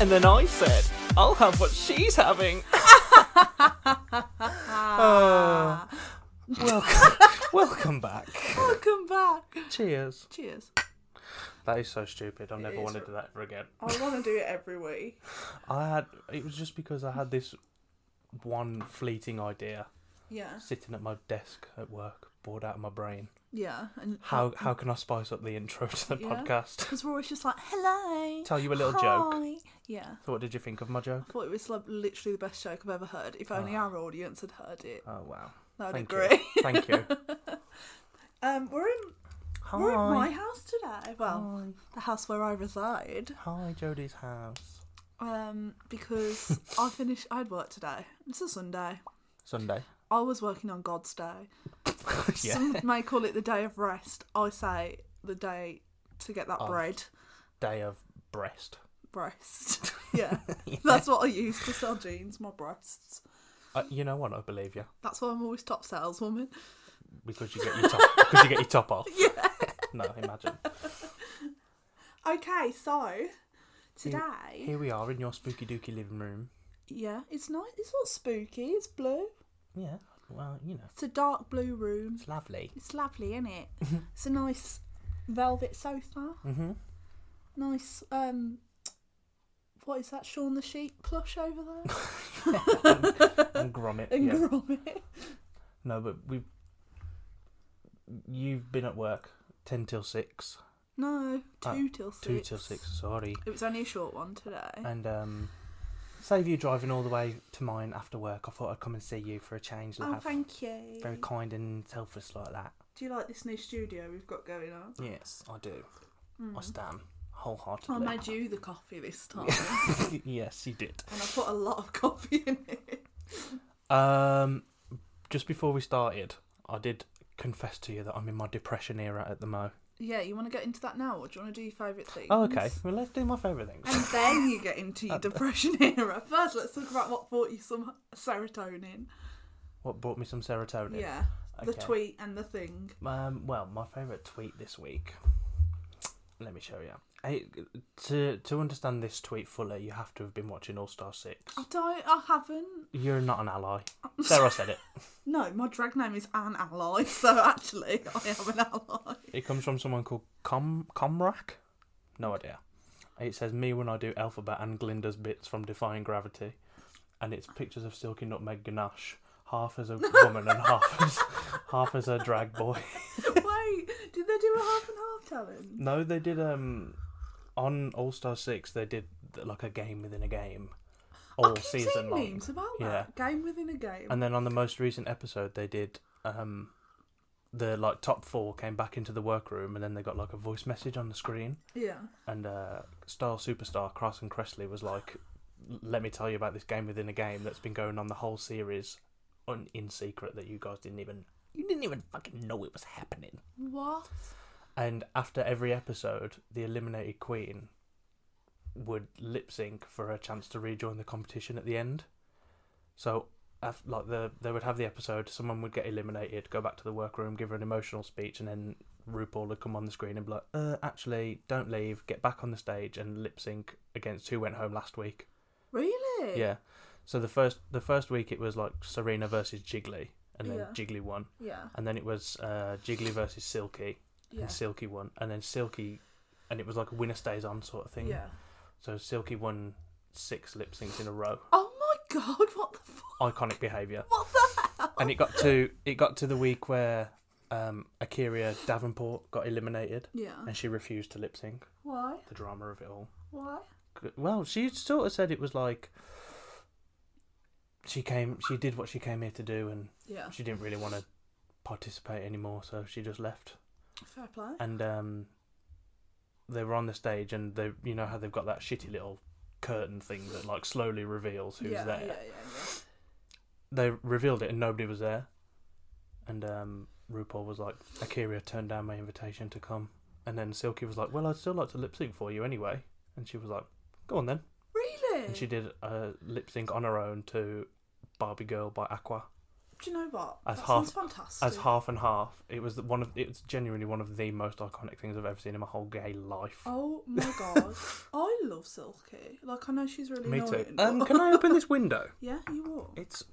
And then I said, I'll have what she's having. Oh, Uh, welcome, welcome back. Welcome back. Cheers. Cheers. That is so stupid. I never is want to r- do that ever again. I want to do it every week. I had it was just because I had this one fleeting idea Yeah. sitting at my desk at work, bored out of my brain. Yeah. And How how can I spice up the intro to the Yeah. podcast? Because we're always just like, hello. Tell you a little joke. hi." Yeah. So what did you think of my joke? I thought it was like literally the best joke I've ever heard. If only our audience had heard it, Oh wow. I'd Oh. Thank agree. you. Thank you. Um, we're in Hi. Oh. we're at my house today. Well, Hi. the house where I reside. Hi Jodie's house. Um, because I finished. I'd work today. It's a Sunday. Sunday. I was working on God's day. Yeah. Some may call it the day of rest. I say the day to get that Of. bread. Day of breast. Breast. yeah. That's what I use to sell jeans, my breasts. Uh, you know what? I believe you That's why I'm always top saleswoman. because you get your top because you get your top off. Yeah. no, imagine. Okay, so today. Here we are in your spooky dooky living room. Yeah, it's nice. It's not spooky, it's blue. Yeah. Well, you know, It's a dark blue room. it's lovely. It's lovely, isn't it? it's a nice velvet sofa. Mhm. Nice, um, what is that? Shaun the Sheep plush over there? and grommet. And yeah. grommet. no, but we. You've been at work ten till six, No, two Oh, till six. Eh. two till six. Sorry, It was only a short one today. and um, save you driving all the way to mine after work. I thought I'd come and see you for a change. Oh, Lav. thank you. Very kind and selfless like that. Do you like this new studio we've got going on? Yes, I do. I Mm. Oh, stand I wholeheartedly. made you the coffee this time, yes, you did. and I put a lot of coffee in it. Um, just before we started, I did confess to you that I'm in my depression era at the mo. Yeah, you want to get into that now, or do you want to do your favourite things? Oh, okay. Well, let's do my favourite things. And then you get into your depression era. First, let's talk about what brought you some serotonin. What brought me some serotonin? Yeah, the Okay. tweet and the thing. Um, well, my favourite tweet this week. Let me show you. I, to to understand this tweet fully, you have to have been watching All Star Six. I don't. I haven't. You're not an ally. There, I said it. No, my drag name is an ally, so actually, I am an ally. It comes from someone called Com Comrack. No idea. It says me when I do Alphabet and Glinda's bits from Defying Gravity, and it's pictures of Silky Nutmeg Ganache, half as a woman and half as half as a drag boy. Wait, did they do a half and half challenge? No, they did um on All Star Six. They did like a game within a game, all I keep season seeing long. memes about that game within a game. And then on the most recent episode, they did um the like top four came back into the workroom, and then they got like a voice message on the screen, yeah, and uh, star superstar Carson Cressley was like, "Let me tell you about this game within a game that's been going on the whole series." Un- in secret that you guys didn't even you didn't even fucking know it was happening what? and after every episode, the eliminated queen would lip sync for a chance to rejoin the competition at the end. So, af like the they would have the episode, someone would get eliminated, go back to the workroom, give her an emotional speech, and then RuPaul would come on the screen and be like, uh, "Actually, don't leave. Get back on the stage and lip sync against who went home last week." Really? Yeah. So the first the first week it was like Serena versus Jiggly, and then Yeah. Jiggly won, Yeah. and then it was uh, Jiggly versus Silky, Yeah. and Silky won, and then Silky, and it was like a winner stays on sort of thing. Yeah. So Silky won six lip syncs in a row. Oh my god! What the fuck? Iconic behaviour. What the hell? And it got to it got to the week where um, Akira Davenport got eliminated, yeah. and she refused to lip sync. Why? The drama of it all. Why? Good- Well, she sort of said it was like she came, she did what she came here to do, and Yeah. she didn't really want to participate anymore, so she just left. Fair play. and um, they were on the stage, and they, you know how they've got that shitty little curtain thing that like slowly reveals who's yeah, there. yeah. Yeah. They revealed it, and nobody was there. And um, RuPaul was like, "Akira turned down my invitation to come," and then Silky was like, "Well, I'd still like to lip sync for you anyway," and she was like, "Go on then," Yeah. Really? and she did a lip sync on her own to "Barbie Girl" by Aqua. Do you know what? As that half- sounds fantastic. as half and half. It was the- one of it's genuinely one of the most iconic things I've ever seen in my whole gay life. oh my god, I love Silky. Like I know she's really Me too. annoying. but- Um, can I open this window? yeah, you will. It's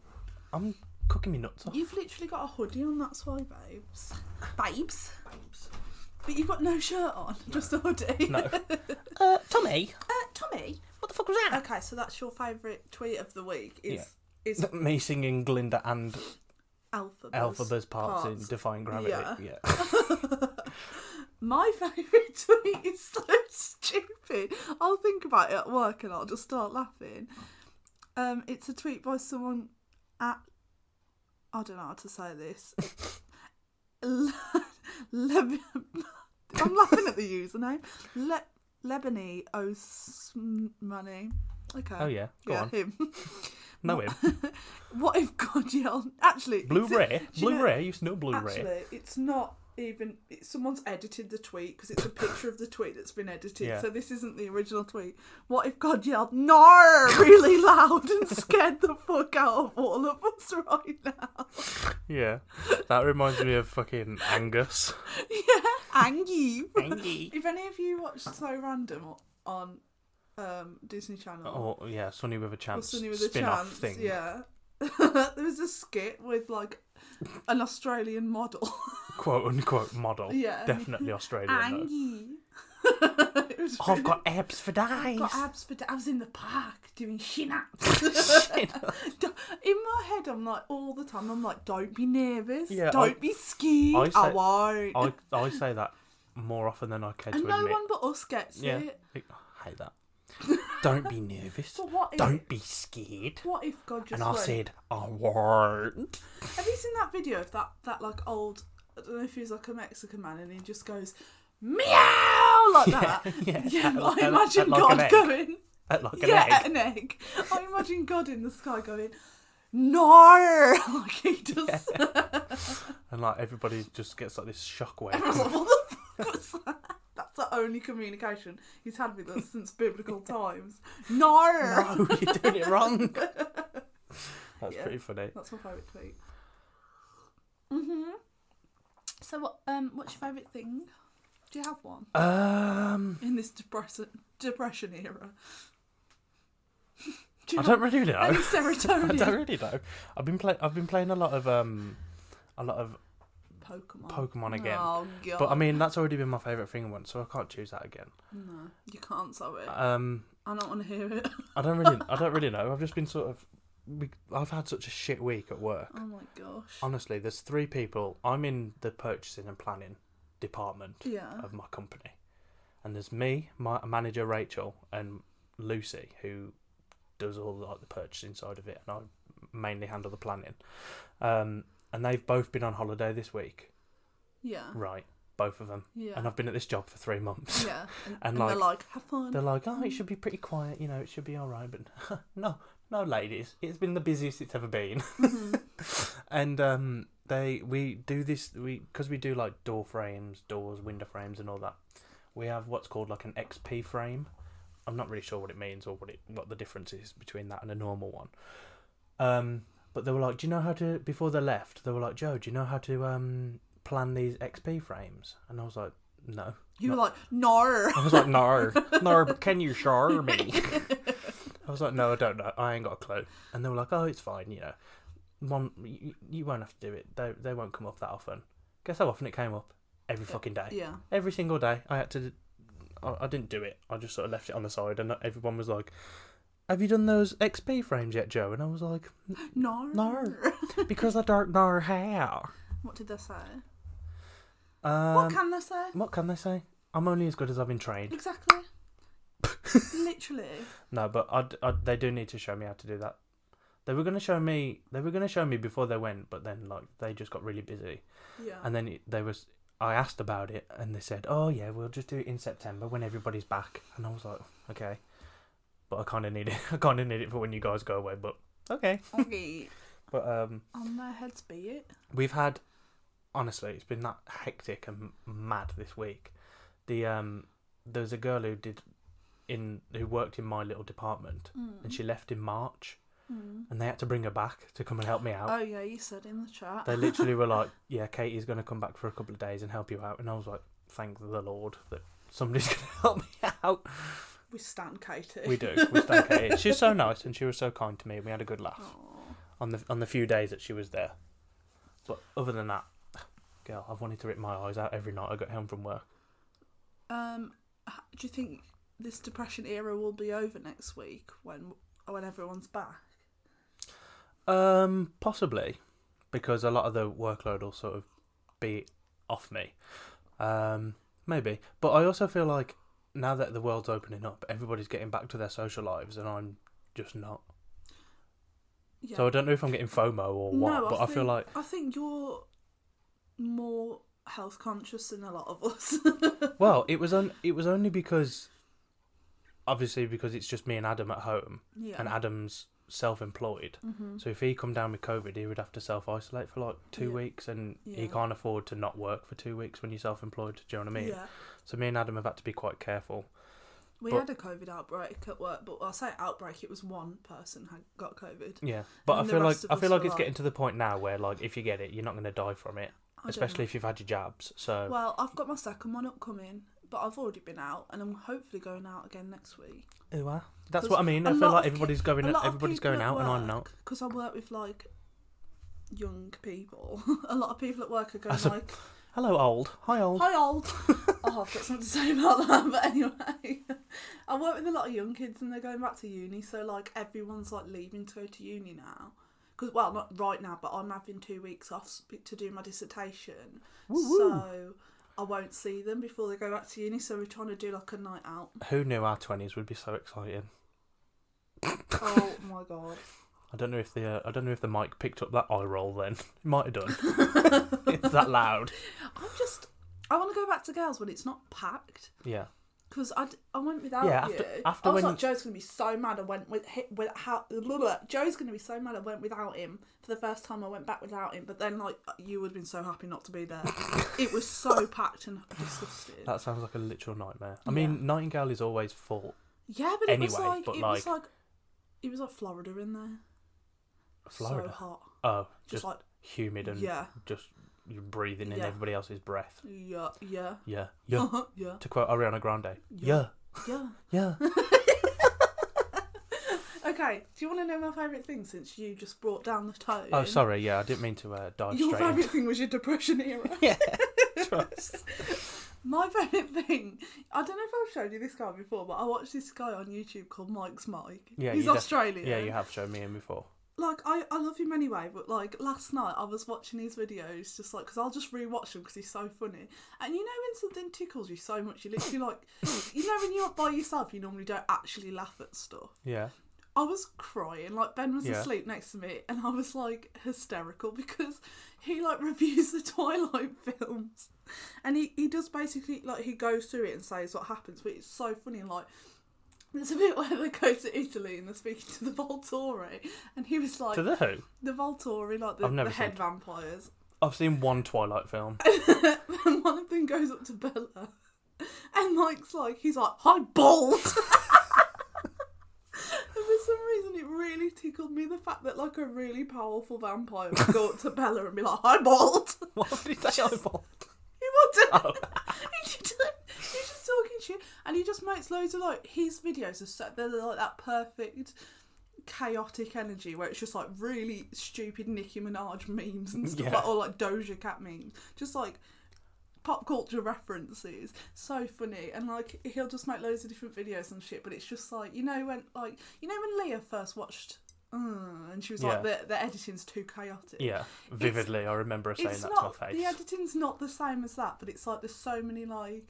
I'm cooking me nuts off. You've literally got a hoodie on. That's why, babes. Babes. But you've got no shirt on, just a hoodie. No. Uh, Tommy, Uh, Tommy. what the fuck was that? Okay, so that's your favourite tweet of the week. Is is Me singing Glinda and alphabet. Elphaba's parts, in Defying Gravity. Yeah. Yeah. My favourite tweet is so stupid. I'll think about it at work and I'll just start laughing. Um, it's a tweet by someone at I don't know how to say this. Le- Leb- I'm laughing at the username. Le- Lebony Osmani. Okay. Oh yeah. Go yeah, on. him. Know him. What if God yelled? Actually, Blue it's a- Ray. do you Blue know- Ray. You know Blue Ray. Actually, it's not even. It's, someone's edited the tweet because it's a picture of the tweet that's been edited. Yeah. So this isn't the original tweet. What if God yelled "No!" really loud and scared the fuck out of all of us right now? Yeah. That reminds me of fucking Angus. yeah, and you. Angie. If any of you watched So Random o- on um, Disney Channel Oh yeah, Sunny with a or Chance. Sunny with a spin-off Chance, thing. yeah, there was a skit with like an Australian model. Quote unquote model. yeah, Oh, Definitely Australian. though. Angie. it was Oh, I've got abs for I've days. got abs for da- I was in the park doing shin ups. in my head, I'm like, all the time, I'm like, don't be nervous. Yeah, don't I- be scared. I I, say- won't. I, I say that more often than I care to and no admit. one but us gets yeah, it. I hate that. Don't be nervous. But what if, Don't be scared. what if God just And I went- said, I won't. Have you seen that video of that, that like old, I don't know if he was like a Mexican man and he just goes, meow, like Yeah, that. yeah, Yeah, at- I at- imagine at like an God egg. going, Like an yeah, egg. an egg. I imagine God in the sky going, no, like he does. And like everybody just gets like this I was shockwave. like, what the fuck was that? That's the only communication he's had with us since biblical times. No! no, you're doing it wrong. That's Yeah. pretty funny. That's my favourite tweet. Mm-hmm. hmm So, what, um, what's your favourite thing? Do you have one Um, in this depress- depression era? Do I you don't really know. have any I serotonin don't really know. I've been play- I've been playing a lot of um, a lot of Pokemon. Pokemon again. Oh, God. But I mean, that's already been my favourite thing once, so I can't choose that again. No, you can't solve it. Um, I don't want to hear it. I don't really, I don't really know. I've just been sort of, we- I've had such a shit week at work. Oh, my gosh. Honestly, there's three people. I'm in the purchasing and planning department Yeah. of my company, and there's me, my manager Rachel, and Lucy, who does all like the purchasing side of it, and I mainly handle the planning. Um, and they've both been on holiday this week, Yeah. right? Both of them, Ah. Yeah. and I've been at this job for three months. yeah. And, and and they're like, have fun. They're like, oh, it should be pretty quiet, you know, it should be all right. But no, no, ladies, it's been the busiest it's ever been. Mhm. And um, they we do this we because we do like door frames, doors, window frames, and all that. We have what's called like an XP frame. I'm not really sure what it means or what it what the difference is between that and a normal one. Um, but they were like, do you know how to? Before they left, they were like, Joe, do you know how to um plan these XP frames? And I was like, no. You were like, no. I was like, no, no, but can you show me? I was like, no, I don't know. I ain't got a clue. And they were like, oh, it's fine, you know. One, you, you won't have to do it. They, they won't come up that often. Guess how often it came up? Every fucking day. Yeah. Every single day. I had to, I, I didn't do it. I just sort of left it on the side and everyone was like, have you done those XP frames yet, Joe? And I was like, No. No. because I don't know how. What did they say? Um, what can they say? what can they say? I'm only as good as I've been trained. Exactly. Literally. No, but I'd, I'd, they do need to show me how to do that. They were going to show me. They were going to show me before they went, but then like they just got really busy, Yeah. and then it, they was. I asked about it, and they said, "Oh yeah, we'll just do it in September when everybody's back." And I was like, "Okay," but I kind of need it. I kind of need it for when you guys go away. But okay. okay. But um, On their heads be it. we've had honestly, it's been that hectic and mad this week. The um, there's a girl who did in who worked in my little department, Mm. and she left in March. and they had to bring her back to come and help me out. Oh yeah, you said in the chat. They literally were like, "Yeah, Katie's going to come back for a couple of days and help you out," and I was like, "Thank the Lord that somebody's going to help me out." we stand Katie. We do. We stand Katie. She's so nice and she was so kind to me, and we had a good laugh Aw. on the on the few days that she was there. But other than that, girl, I've wanted to rip my eyes out every night I got home from work. Um, h- do you think this depression era will be over next week when when everyone's back? Um, possibly, because a lot of the workload will sort of be off me. Um, maybe, but I also feel like now that the world's opening up, everybody's getting back to their social lives, and I'm just not. Yeah. So I don't know if I'm getting FOMO or what, No, I but I feel think- like I think you're more health conscious than a lot of us. well, it was on. It was only because, obviously, because it's just me and Adam at home, yeah. and Adam's self-employed. hmm So if he come down with COVID, he would have to self-isolate for like two Yeah. weeks, and he Yeah. can't afford to not work for two weeks when you're self-employed. Do you know what I mean? Yeah. So me and Adam have had to be quite careful. We But- had a COVID outbreak at work, but I say outbreak. It was one person had got COVID. Yeah, but I And the feel like rest of I us feel like were it's like- getting to the point now where like if you get it, you're not going to die from it, I don't especially know. if you've had your jabs. So Well, I've got my second one upcoming, but I've already been out, and I'm hopefully going out again next week. Ooh, ah. that's 'Cause what I mean. a I lot feel of like ki- everybody's going a lot of everybody's people going at out, and I'm work, not. because I work with like young people. a lot of people at work are going That's a- like, Hello, old. Hi, old. "Hi, old." oh, I've got something to say about that. But anyway, I work with a lot of young kids, and they're going back to uni. So like everyone's like leaving to go to uni now. Because well, not right now, but I'm having two weeks off sp- to do my dissertation. Woo, woo. So. I won't see them before they go back to uni, so we're trying to do like a night out. Who knew our twenties would be so exciting? Oh my god. I don't know if the uh, I don't know if the mic picked up that eye roll. Then it might have done. it's that loud. I'm just. I want to go back to girls when it's not packed Yeah. because I, d- I went without Yeah, after- you. after I was when- like Joe's gonna be so mad. I went with hi- with how blah, blah, Joe's gonna be so mad. I went without him for the first time. I went back without him, but then like you would have been so happy not to be there. it was so packed and disgusting. That sounds like a literal nightmare. I Yeah. mean, Nightingale is always full. yeah, but it was anyway, like but it was like- like it was like Florida in there. Florida? so hot, Oh, just, just, like humid and yeah, just you're breathing in Yeah. everybody else's breath. yeah, yeah, Yeah. Yeah. yeah, to quote Ariana Grande. Yeah. yeah. Yeah. Okay, do you want to know my favourite thing since you just brought down the tone? Oh, sorry. Yeah, I didn't mean to uh, dive Your straight. into favourite thing was your depression era. Trust. My favourite thing, I don't know if I've shown you this guy before, but I watched this guy on YouTube called Mike's Mike. Yeah, He's you def- Australian. Yeah, you have shown me him before. Like, I, I love him anyway, but like last night I was watching his videos just like, because I'll just re watch them because he's so funny. And you know when something tickles you so much, you literally like, you know when you're by yourself, you normally don't actually laugh at stuff. Yeah. I was crying. Like Ben was Yeah. asleep next to me, and I was like hysterical because he like reviews the Twilight films, and he he does basically like he goes through it and says what happens, but it's so funny. Like there's a bit where they go to Italy and they're speaking to the Volturi, and he was like to the who? the Volturi, like the, I've never the head seen- vampires, I've seen one Twilight film. and one of them goes up to Bella, and Mike's like, he's like, "Hi, bald." and for some reason, it really tickled me the fact that like a really powerful vampire would go up to Bella and be like, "Hi, bald." what did he say? Eyeball? He wasn't. Oh. he didn't. He's just talking shit, and he just makes loads of like his videos are so they're like that perfect chaotic energy where it's just like really stupid Nicki Minaj memes and stuff, Yeah. like, or like Doja Cat memes, just like pop culture references. So funny, and like he'll just make loads of different videos and shit. But it's just like you know when like you know when Leah first watched. Uh, and she was like, Yeah. the, the editing's too chaotic Yeah, vividly, I remember her saying it's that not to my the face. editing's not the same as that, but it's like there's so many like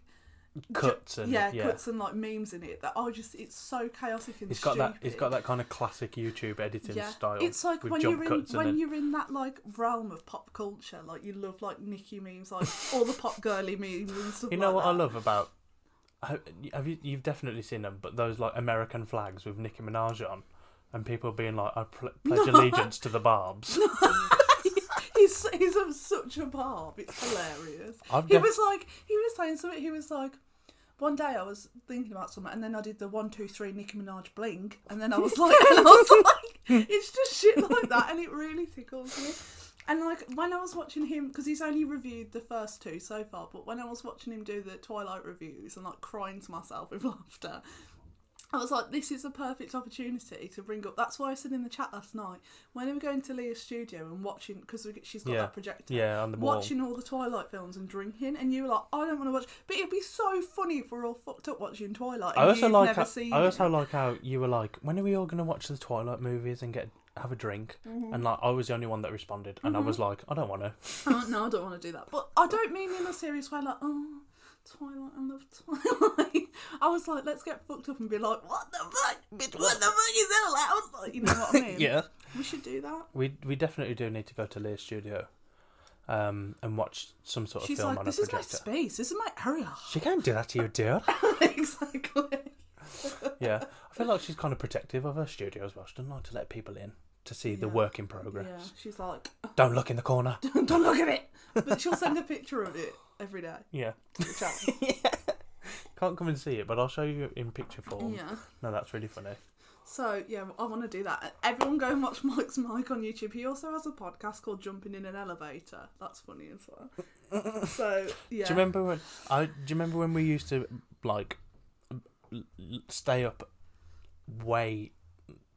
cuts and yeah, yeah, cuts and like memes in it that I just it's so chaotic and It's got that. stupid. It's got that kind of classic YouTube editing yeah. style. It's like with when jump you're in cuts and when then- you're in that like realm of pop culture, like you love like Nicki memes, like all the pop girly memes and stuff. You know like what I that. love about. I- Have you? You've definitely seen them, but those like American flags with Nicki Minaj on, and people being like, "I pl- pledge No. allegiance to the Barb's." he's he's of such a barb. It's hilarious. I've He def- was like he was saying something. He was like, One day I was thinking about something, and then I did the one, two, three Nicki Minaj blink, and then I was like, and I was like, it's just shit like that, and it really tickles me. And like when I was watching him, because he's only reviewed the first two so far, but when I was watching him do the Twilight reviews and like crying to myself with laughter, I was like, this is a perfect opportunity to bring up. That's why I said in the chat last night, when are we going to Leah's studio and watching, because she's got Yeah. that projector, Yeah, on the wall. watching all the Twilight films and drinking, and you were like, I don't want to watch, but it'd be so funny if we're all fucked up watching Twilight. And I also you've like. never How, seen I also it. like how you were like, when are we all gonna watch the Twilight movies and get have a drink? And like, I was the only one that responded, Mm-hmm. and I was like, I don't want to. Oh, no, I don't want to do that. But I don't mean in a serious way, like, oh, Twilight, I love Twilight. I was like, let's get fucked up and be like, what the fuck? Bitch, what the fuck is that? Like, I was like, you know what I mean? We should do that. we we definitely do need to go to Leah's studio, um, and watch some sort of She's film like, on a this is my projector. space, this is my area. She can't do that to you, dear. exactly. yeah, I feel like she's kind of protective of her studio as well. She doesn't like to let people in to see the Yeah. work in Yeah, progress. she's like, Don't look in the corner. don't look at it. But she'll send a picture of it every day Yeah, to the chat. can't come and see it, but I'll show you in picture form. Yeah. No, that's really funny. So yeah, I want to do that. Everyone go and watch Mike's Mike on YouTube. He also has a podcast called Jumping in an Elevator. That's funny as well. so yeah, Do you remember when I? Do you remember when we used to like l- l- stay up way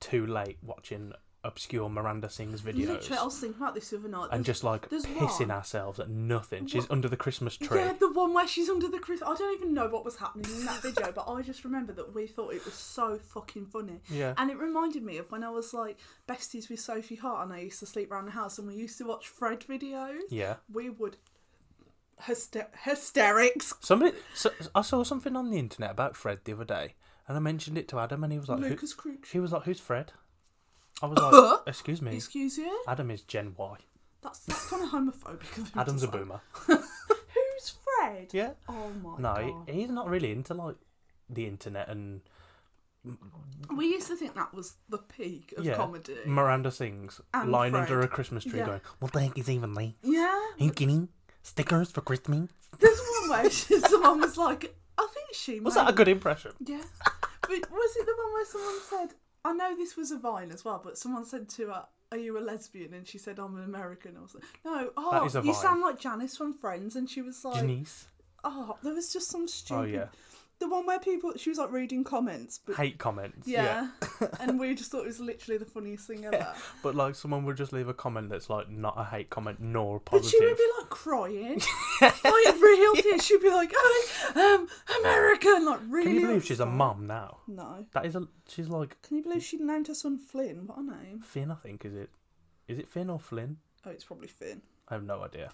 too late watching obscure Miranda sings videos literally, I was thinking about this the other night. and There's- just like there's pissing one- ourselves at nothing? She's under the Christmas tree. yeah, the one where she's under the Christmas. I don't even know what was happening in that video, but I just remember that we thought it was so fucking funny. Yeah. And it reminded me of when I was like besties with Sophie Hart, and I used to sleep around the house, and we used to watch Fred videos. Yeah. We would hyster- hysterics. Somebody, so, I saw something on the internet about Fred the other day, and I mentioned it to Adam, and he was like, who, Lucas Crook. "He was like, who's Fred?" I was like, "Excuse me, Excuse you. Adam is Gen Y. That's that's kind of homophobic. Of him Adam's to a say. boomer." Who's Fred? Yeah. Oh my No, god. he- he's not really into like the internet and We used to think that was the peak of Yeah. comedy. Miranda sings And lying Fred. under a Christmas tree Yeah. going, What the heck is even me? yeah. Are you kidding? Stickers for Christmas? There's one where she, someone was like, I think she Was made- that a good impression? Yeah. But was it the one where someone said, I know this was a vine as well, but someone said to her, Are you a lesbian? And she said, I'm an American. or something. No, oh, is a you Vine. sound like Janice from Friends. And she was like, Janice. Oh, there was just some stupid. Oh yeah. The one where people, she was like reading comments, but Hate comments. Yeah. and we just thought it was literally the funniest thing ever. But like someone would just leave a comment that's like not a hate comment nor But she would positive. be like crying, like real tears. She'd be like, "Oh, um, America," and like really. Can you believe she's a upset. mum now? No. That is a she's like Can you believe she named her son Flynn? What a name! Finn, I think, is it? Is it Finn or Flynn? Oh, it's probably Finn. I have no idea.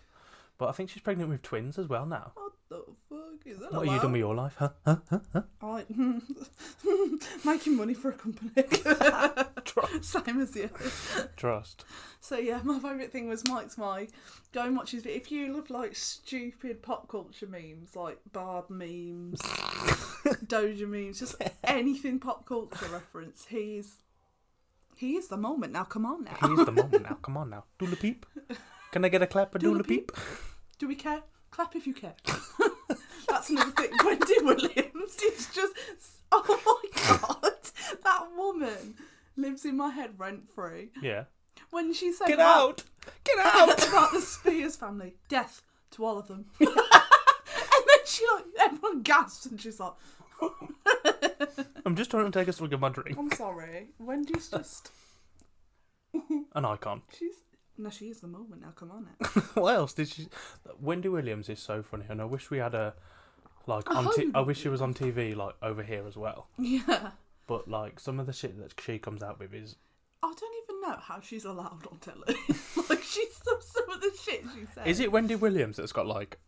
But I think she's pregnant with twins as well now. What the fuck is that? What have you done with your life, huh? I, making money for a company, same as you. Trust. So yeah, my favourite thing was Mike's Mike. Go and watch his video. If you love like stupid pop culture memes, like Barb memes, Doja memes, just anything pop culture reference, he's he is the moment. Now come on now. He is the moment now. Come on now. Doodle peep. Can I get a clap for doodle Doodle peep? Do we care? Clap if you care. That's another thing. Wendy Williams is just oh my god, that woman lives in my head rent free. Yeah. When she said Get about- out! Get out! about the Spears family. Death to all of them. and then she like everyone gasps and she's like, I'm just trying to take a swig of my drink. I'm sorry. Wendy's just An icon. she's No, she is the moment now, come on it. what else did she? Wendy Williams is so funny, and I wish we had a like. On t- I wish she was on TV like over here as well. yeah. But like some of the shit that she comes out with is I don't even know how she's allowed on telly. like she's some, some of the shit she says. Is it Wendy Williams that's got like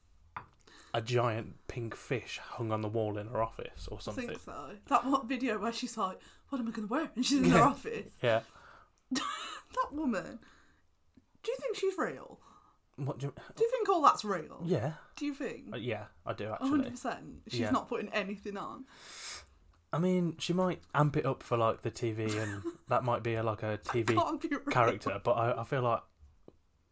a giant pink fish hung on the wall in her office or I something? think so. That one video where she's like, What am I gonna wear? And she's in her Yeah. office. Yeah. That woman do you think she's real? What do you... Do you think all that's real? Yeah. Do you think? Uh, Yeah, I do actually. 100%. She's Yeah. not putting anything on. I mean, she might amp it up for like the TV, and that might be a, like a TV Can't be real. character. But I, I feel like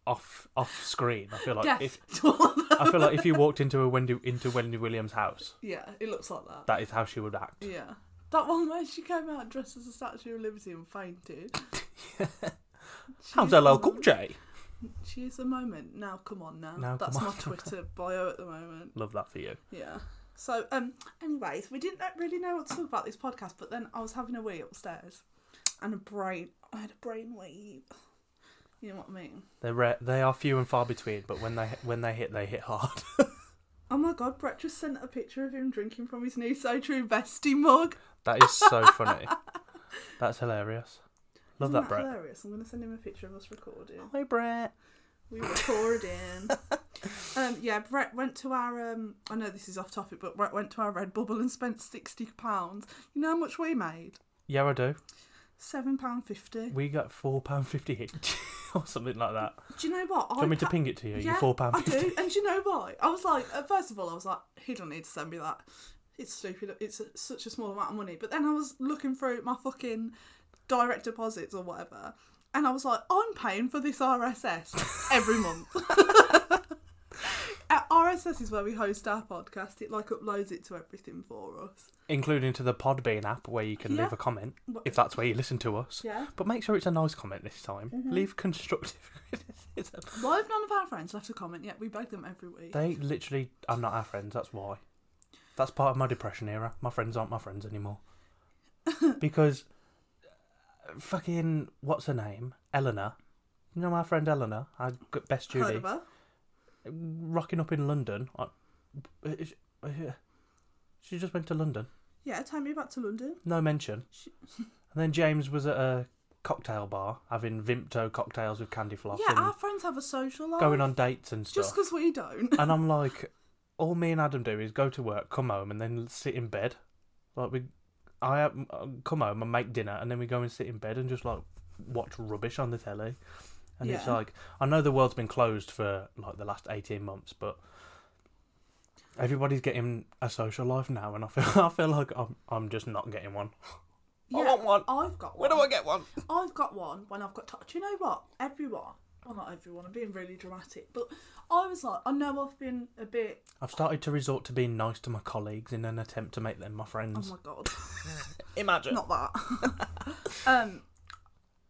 off off screen, I feel like Death if to all of them. I feel like if you walked into a Wendy into Wendy Williams' house, Yeah, it looks like that. that is how she would act. Yeah. That one where she came out dressed as a Statue of Liberty and fainted. She How's is the hello, mo- Cool J? She is the moment. Now, come on now. Now, That's come my on. Twitter bio at the moment. Love that for you. Yeah. So, um, anyways, we didn't know- really know what to talk about this podcast, but then I was having a wee upstairs and a brain. I had a brain wave. You know what I mean? They're rare, they are few and far between, but when they when they hit, they hit hard. Oh my god, Brett just sent a picture of him drinking from his new So True Bestie mug. that is so funny. That's hilarious. Love Isn't that, Brett. hilarious? I'm going to send him a picture of us recording. Hi, Brett. We were touring. um, yeah, Brett went to our. Um, I know this is off topic, but Brett went to our Red Bubble and spent sixty pounds. You know how much we made? Yeah, I do. Seven pound fifty. We got four pound fifty each, or something like that. Do you know what? Do you want me to pa- ping it to you? Yeah, you four pound I fifty. do. And do you know why? I was like, uh, first of all, I was like, he don't need to send me that. It's stupid. It's a- such a small amount of money. But then I was looking through my fucking direct deposits or whatever, and I was like, I'm paying for this RSS every month. Uh, Our RSS is where we host our podcast. It like uploads it to everything for us. including to the Podbean app where you can Yeah. leave a comment Wha- if that's where you listen to us. Yeah. But make sure it's a nice comment this time. Mhm. Leave constructive criticism. Why have none of our friends left a comment yet? We beg them every week. They literally, I'm not our friends. That's why. That's part of my depression era. My friends aren't my friends anymore because uh, fucking what's her name, Eleanor. You know my friend Eleanor, our g- best Heard Judy, of her? rocking up in London. I- uh, is- uh, She just went to London. Yeah, take me back to London. No mention. She- And then James was at a cocktail bar having Vimto cocktails with candy floss yeah, our and friends have a social life. going on dates and Just stuff. because we don't. and I'm like, all me and Adam do is go to work, come home, and then sit in bed. Like we, I um, uh, come home and make dinner, and then we go and sit in bed and just like watch rubbish on the telly. And it's Yeah. like, I know the world's been closed for like the last eighteen months, but everybody's getting a social life now, and I feel I feel like I'm I'm just not getting one. I Yeah, want one. I've got Where one. do I get one? I've got one when I've got time. Do you know what? Everyone, well, not everyone, I'm being really dramatic, but I was like, I know I've been a bit, I've started to resort to being nice to my colleagues in an attempt to make them my oh friends. my god, Imagine. not that. um,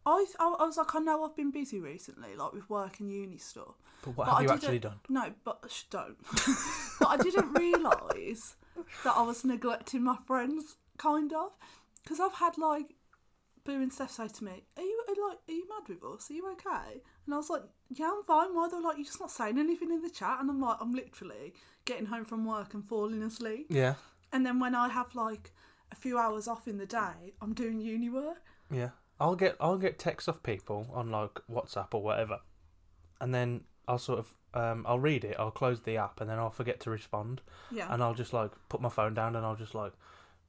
I, I, I was like, I know I've been busy recently, like with work and uni stuff. But what But have I you didn't- actually done? No, but sh- don't. but I didn't realise that I was neglecting my friends, kind of, because I've had like Boo and Steph say to me, "Are you are, like, are you mad with us? Are you okay?" And I was like, "Yeah, I'm fine." Why they're like, "You're just not saying anything in the chat," and I'm like, "I'm literally getting home from work and falling asleep." Yeah, And then when I have like a few hours off in the day, I'm doing uni work. yeah. I'll get I'll get texts off people on like WhatsApp or whatever, and then I'll sort of um I'll read it. I'll close the app and then I'll forget to respond, Yeah, and I'll just like put my phone down and I'll just like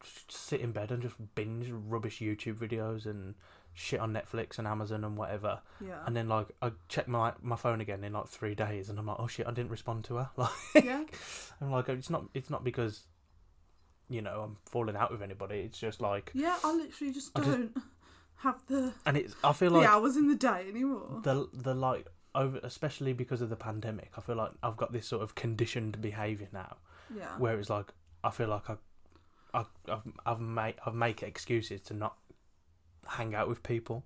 just sit in bed and just binge rubbish YouTube videos and shit on Netflix and Amazon and whatever. yeah, And then like I check my my phone again in like three days and I'm like, oh shit, I didn't respond to her. Like yeah, I'm like, it's not it's not because you know I'm falling out with anybody. It's just like, yeah. I literally just I just- don't have the and it's I feel the like hours in the day anymore. the the like over especially because of the pandemic. I feel like I've got this sort of conditioned behavior now Yeah. where it's like I feel like I I I've, I've made I've make excuses to not hang out with people.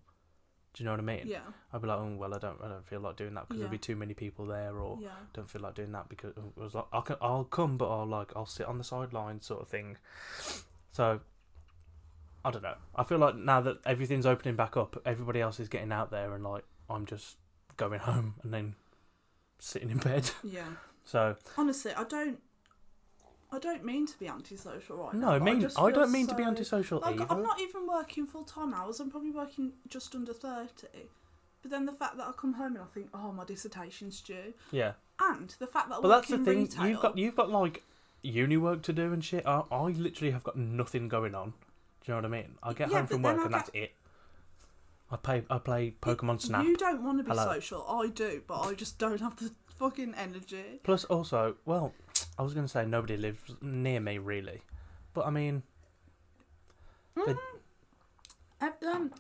Do you know what I mean? Yeah, I'd be like, oh well, I don't I don't feel like doing that because Yeah. there'll be too many people there or. yeah, Don't feel like doing that because it was like I can, I'll come, but I'll like I'll sit on the sideline sort of thing. So I don't know. I feel like now that everything's opening back up, everybody else is getting out there, and like I'm just going home and then sitting in bed. yeah. So Honestly, I don't, I don't mean to be antisocial right no, now. I but mean just I feel don't mean to so- be antisocial Like, either. I'm not even working full time hours. I'm probably working just under thirty. But then the fact that I come home and I think, oh, my dissertation's due, yeah, and the fact that I but that's work the in thing. retail, You've got you've got like uni work to do and shit. I, I literally have got nothing going on. Do you know what I mean? I get Yeah, home but from then work I and that's it. I play I play Pokemon Snap. you don't want to be Hello. social. I do, but I just don't have the fucking energy. Plus, also, well, I was going to say nobody lives near me really, but I mean, But- Mm. Um,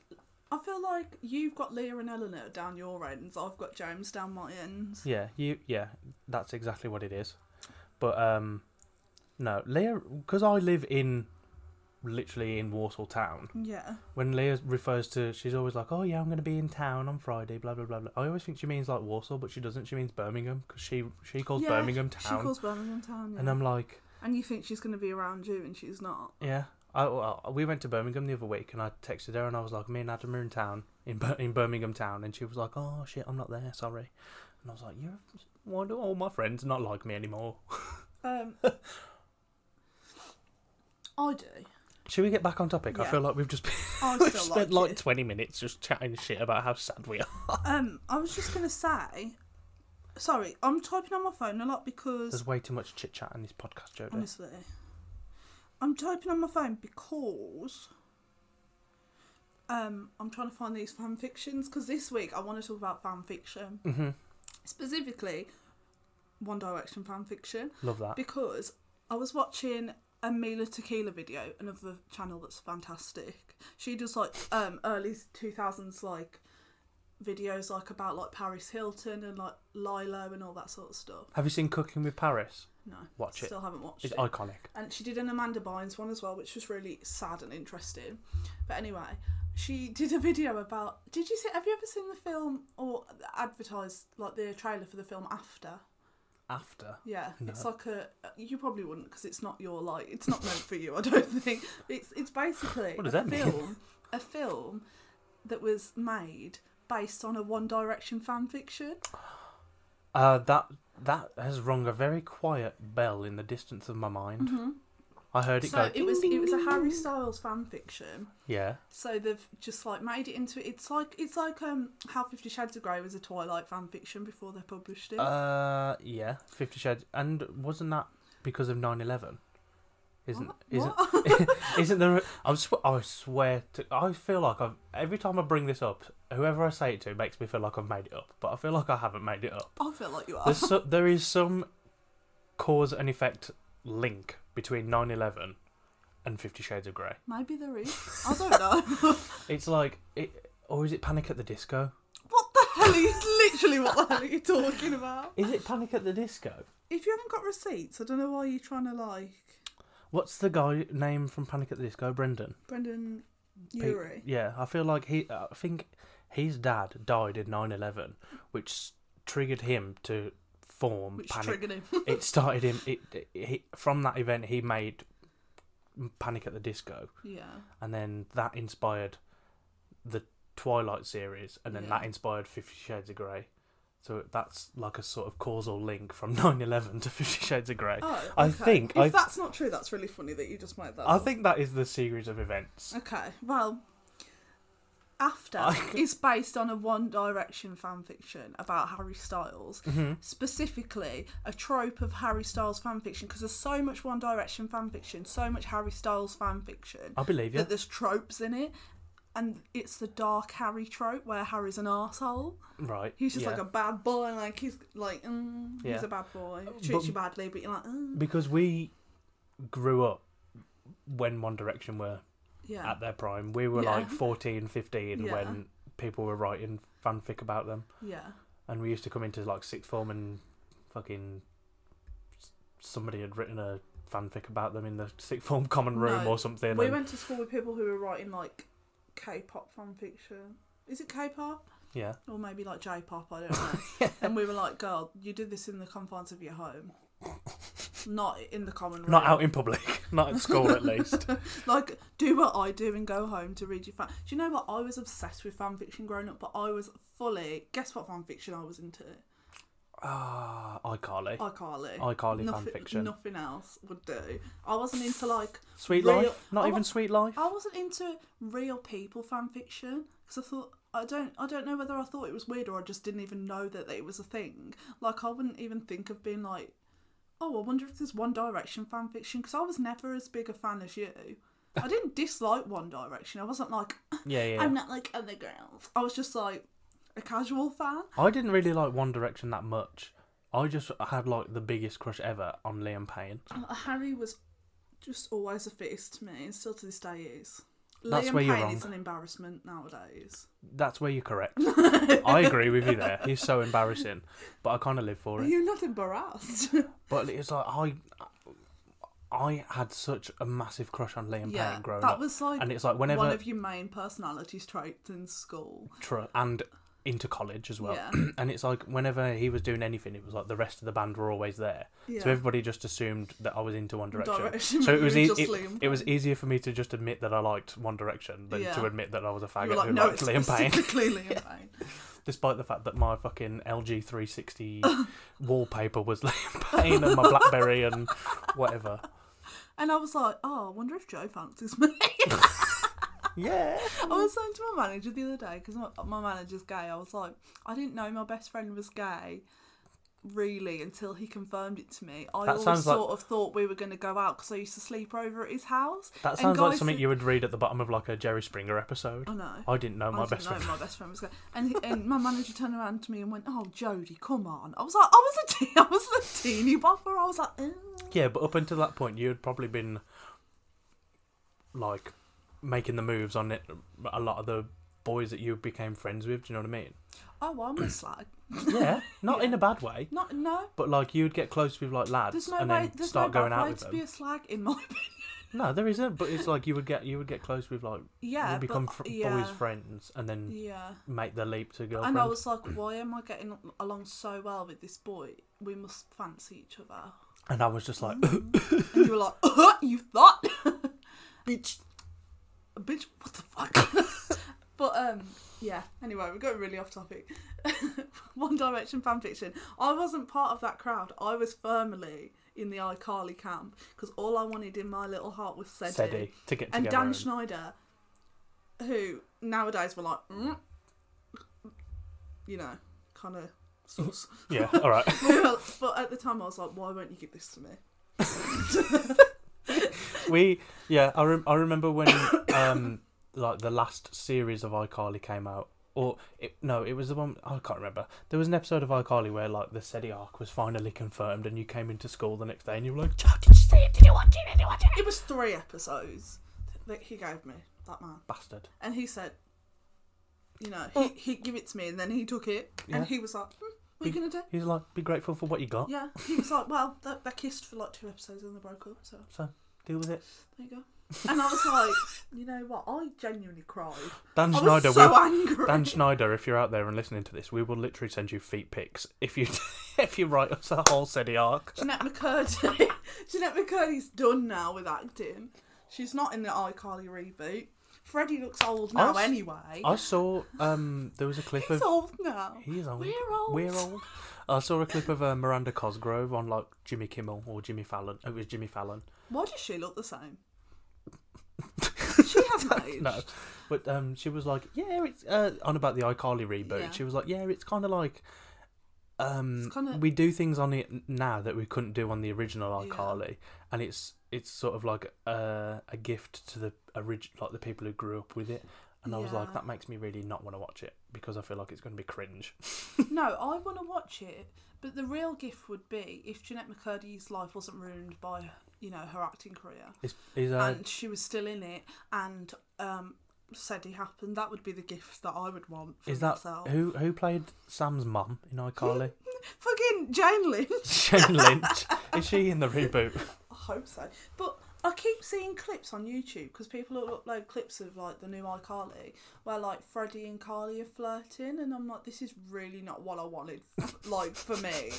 I feel like you've got Leah and Eleanor down your ends. I've got James down my ends. Yeah, you yeah, that's exactly what it is. But um no, Leah because I live in literally in Warsaw town. Yeah. When Leah refers to she's always like, "Oh yeah, I'm going to be in town on Friday, blah blah blah blah." I always think she means like Warsaw, but she doesn't. She means Birmingham because she she calls Yeah, Birmingham She town. calls Birmingham town. Yeah. And I'm like, And you think she's going to be around you, and she's not. yeah. I, well, we went to Birmingham the other week, and I texted her, and I was like, "Me and Adam are in town in Bir- in Birmingham town," and she was like, "Oh shit, I'm not there, sorry." And I was like, "You, why do all my friends not like me anymore?" Um, I do. Should we get back on topic? I Yeah. feel like we've just been, I we've still like, spent like it. twenty minutes just chatting shit about how sad we are. Um, I was just going to say. Sorry, I'm typing on my phone a lot because There's way too much chit chat in this podcast, Jodie. Honestly. I'm typing on my phone because um, I'm trying to find these fan fictions because this week I want to talk about fan fiction. hmm Specifically, One Direction fan fiction Love that. because I was watching a Mila Tequila video, another channel that's fantastic. She does like um early two thousands like videos like about like Paris Hilton and like Lilo and all that sort of stuff. Have you seen Cooking with Paris? No, Watch it. still haven't watched It's it. iconic. And she did an Amanda Bynes one as well, which was really sad and interesting. But anyway, she did a video about. Did you see? Have you ever seen the film or advertised like the trailer for the film After? After Yeah, No. it's like a. You probably wouldn't because it's not your like. It's not meant for you. I don't think it's. It's basically What does a that mean? film. A film that was made based on a One Direction fan fiction. uh, that that has rung a very quiet bell in the distance of my mind. I heard it So go. it was. ding, It was a ding, Harry ding. Styles fan fiction. Yeah, So they've just like made it into it's like it's like um how Fifty Shades of Grey was a Twilight fan fiction before they published it. uh, yeah. Fifty Shades, and wasn't that because of 9-11? Isn't What? isn't What? Isn't there? I'm sw- I swear to. I feel like I've every time I bring this up, whoever I say it to makes me feel like I've made it up, but I feel like I haven't made it up. I feel like you are. There's so, there is some cause and effect link between 9/11 and Fifty Shades of Grey. Maybe there is. I don't know. It's like it, or is it Panic at the Disco? what the hell? Is literally what the hell are you talking about? Is it Panic at the Disco? If you haven't got receipts, I don't know why you're trying to like What's the guy name from Panic at the Disco? Brendan. Brendan Pe- Urie. Yeah, I feel like he. uh, I think his dad died in 9/11, which s- triggered him to form which Panic triggered him. it started him. It, it he, from that event he made Panic at the Disco, yeah. and then that inspired the Twilight series, and then Yeah. that inspired Fifty Shades of Grey. So that's like a sort of causal link from 9-11 to Fifty Shades of Grey. Oh, I okay. think if I- that's not true, that's really funny that you just made that. I up. think that is the series of events. Okay, well, After I- is based on a One Direction fanfiction about Harry Styles, Mm-hmm. specifically a trope of Harry Styles fanfiction because there's so much One Direction fanfiction, so much Harry Styles fanfiction I believe you. that there's tropes in it, and it's the dark Harry trope where Harry's an arsehole. Right. He's just yeah. like a bad boy, like he's like mm, Yeah. he's a bad boy, treats But- you badly, but you're like mm. because we grew up when One Direction were yeah. at their prime. We were Yeah. like 14, 15 Yeah. when people were writing fanfic about them. yeah, and we used to come into like sixth form and fucking s- somebody had written a fanfic about them in the sixth form common room No, or something. We and- went to school with people who were writing like K-pop fanfiction. Is it K-pop yeah, or maybe like J-pop? I don't know. And we were like, "Girl, you did this in the confines of your home, not in the common room. not out in public, not at school at least. like, do what I do and go home to read your fan. Do you know what? I was obsessed with fanfiction growing up, but I was fully guess what fanfiction I was into? Ah, iCarly, iCarly. iCarly nothing, fanfiction. nothing else would do. I wasn't into like Sweet real- Life, not I even wa- Sweet Life. I wasn't into real people fan fiction because I thought I don't I don't know whether I thought it was weird or I just didn't even know that it was a thing. Like I wouldn't even think of being like, oh, I wonder if there's One Direction fan fiction because I was never as big a fan as you. I didn't dislike One Direction. I wasn't like Yeah, yeah. I'm not like other girls. I was just like a casual fan. I didn't really like One Direction that much. I just had like the biggest crush ever on Liam Payne. Uh, Harry was just always a fittest to me, and still to this day is. That's Liam where you're Payne wrong. is an embarrassment nowadays. That's where you're correct. I agree with you there. He's so embarrassing, but I kind of live for Are it. you not embarrassed? But it's like I, I had such a massive crush on Liam yeah, Payne growing that up, was like and it's like one whenever of your main personalities traits in school. tr- and into college as well, Yeah, and it's like whenever he was doing anything, it was like the rest of the band were always there, yeah. so everybody just assumed that I was into One Direction. Direction, So it you was were e- just it, Liam it was Payne. easier for me to just admit that I liked One Direction than Yeah. to admit that I was a You faggot were like, who no, liked it's Liam Payne, specifically Liam Payne. despite the fact that my fucking LG 360 wallpaper was Liam Payne and my BlackBerry and whatever. And I was like, oh, I wonder if Joe fancies me. Yeah. I was saying to my manager the other day because my, my manager's gay. I was like, I didn't know my best friend was gay, really, until he confirmed it to me. I That always sounds like- sort of thought we were going to go out because I used to sleep over at his house. That And sounds like guys something who- you would read at the bottom of like a Jerry Springer episode. I know. I didn't know my I best didn't know friend. my best friend was gay, and he, and my manager turned around to me and went, "Oh, Jodie, come on!" I was like, "I was a teen, I was a teeny bopper." I was like, "Eh." Yeah, but up until that point, you had probably been like making the moves on it. A lot of the boys that you became friends with. Do you know what I mean? "Oh, well, I'm a slag." Yeah, not in a bad way. Not no. But like you'd get close with like lads There's no and way. then There's start no going bad out way with to them. be a slag in my opinion. No, there isn't. But it's like you would get you would get close with like Yeah, you become but, fr- yeah, boys friends and then Yeah. make the leap to girlfriend. And I was like, why am I getting along so well with this boy? We must fancy each other. just like, And you were like, uh, you thought, bitch, bitch, what the fuck? but um, yeah. Anyway, we're going really off topic. One Direction fan fiction. I wasn't part of that crowd. I was firmly in the iCarly camp because all I wanted in my little heart was Seddy. Seddy to get and together. Dan Schneider, who nowadays were like, mm, you know, kind of sauce. yeah, all right. but at the time, I was like, why won't you give this to me? we yeah I, rem- I remember when um like the last series of iCarly came out or it, no it was the one I can't remember there was an episode of iCarly where like the SETI arc was finally confirmed and you came into school the next day and you were like "Ch- Did you see it? Did you watch it? Did you watch it? It was three episodes that he gave me, that man. bastard And he said, you know, he, he'd give it to me and then he took it Oh. Yeah. and he was like, hmm, what are you Be- going to do? he's like be grateful for what you got Yeah, he was like, well, they, they kissed for like two episodes and they broke up, so deal with it there you go. And I was like, you know what? I genuinely cried. Dan I Schneider was so will angry. Dan Schneider if you're out there and listening to this we will literally send you feet pics if you if you write us a whole SETI arc Jeanette McCurdy. Jeanette McCurdy's done now with acting. She's not in the iCarly reboot. Freddie looks old now I s- anyway. I saw um there was a clip He's of old now. He is old. We're old. We're old. I saw a clip of uh, Miranda Cosgrove on like Jimmy Kimmel or Jimmy Fallon. It was Jimmy Fallon. Why does she look the same? she hasn't aged. No, but um, she was like, yeah, it's uh, on about the iCarly reboot. Yeah. She was like, yeah, it's kind of like um, It's kinda- we do things on it now that we couldn't do on the original Yeah. iCarly, and it's it's sort of like uh, a gift to the orig- like the people who grew up with it. And I was like, Yeah. that makes me really not want to watch it because I feel like it's going to be cringe. No, I want to watch it, but the real gift would be if Jeanette McCurdy's life wasn't ruined by, you know, her acting career. Is is uh, and she was still in it and um said he happened that would be the gift that i would want for is that myself who who played Sam's mum in iCarly? fucking jane lynch Shane Lynch. Is she in the reboot? i hope so but i keep seeing clips on youtube because people will upload clips of like the new icarly where like freddie and carly are flirting and i'm like this is really not what i wanted like for me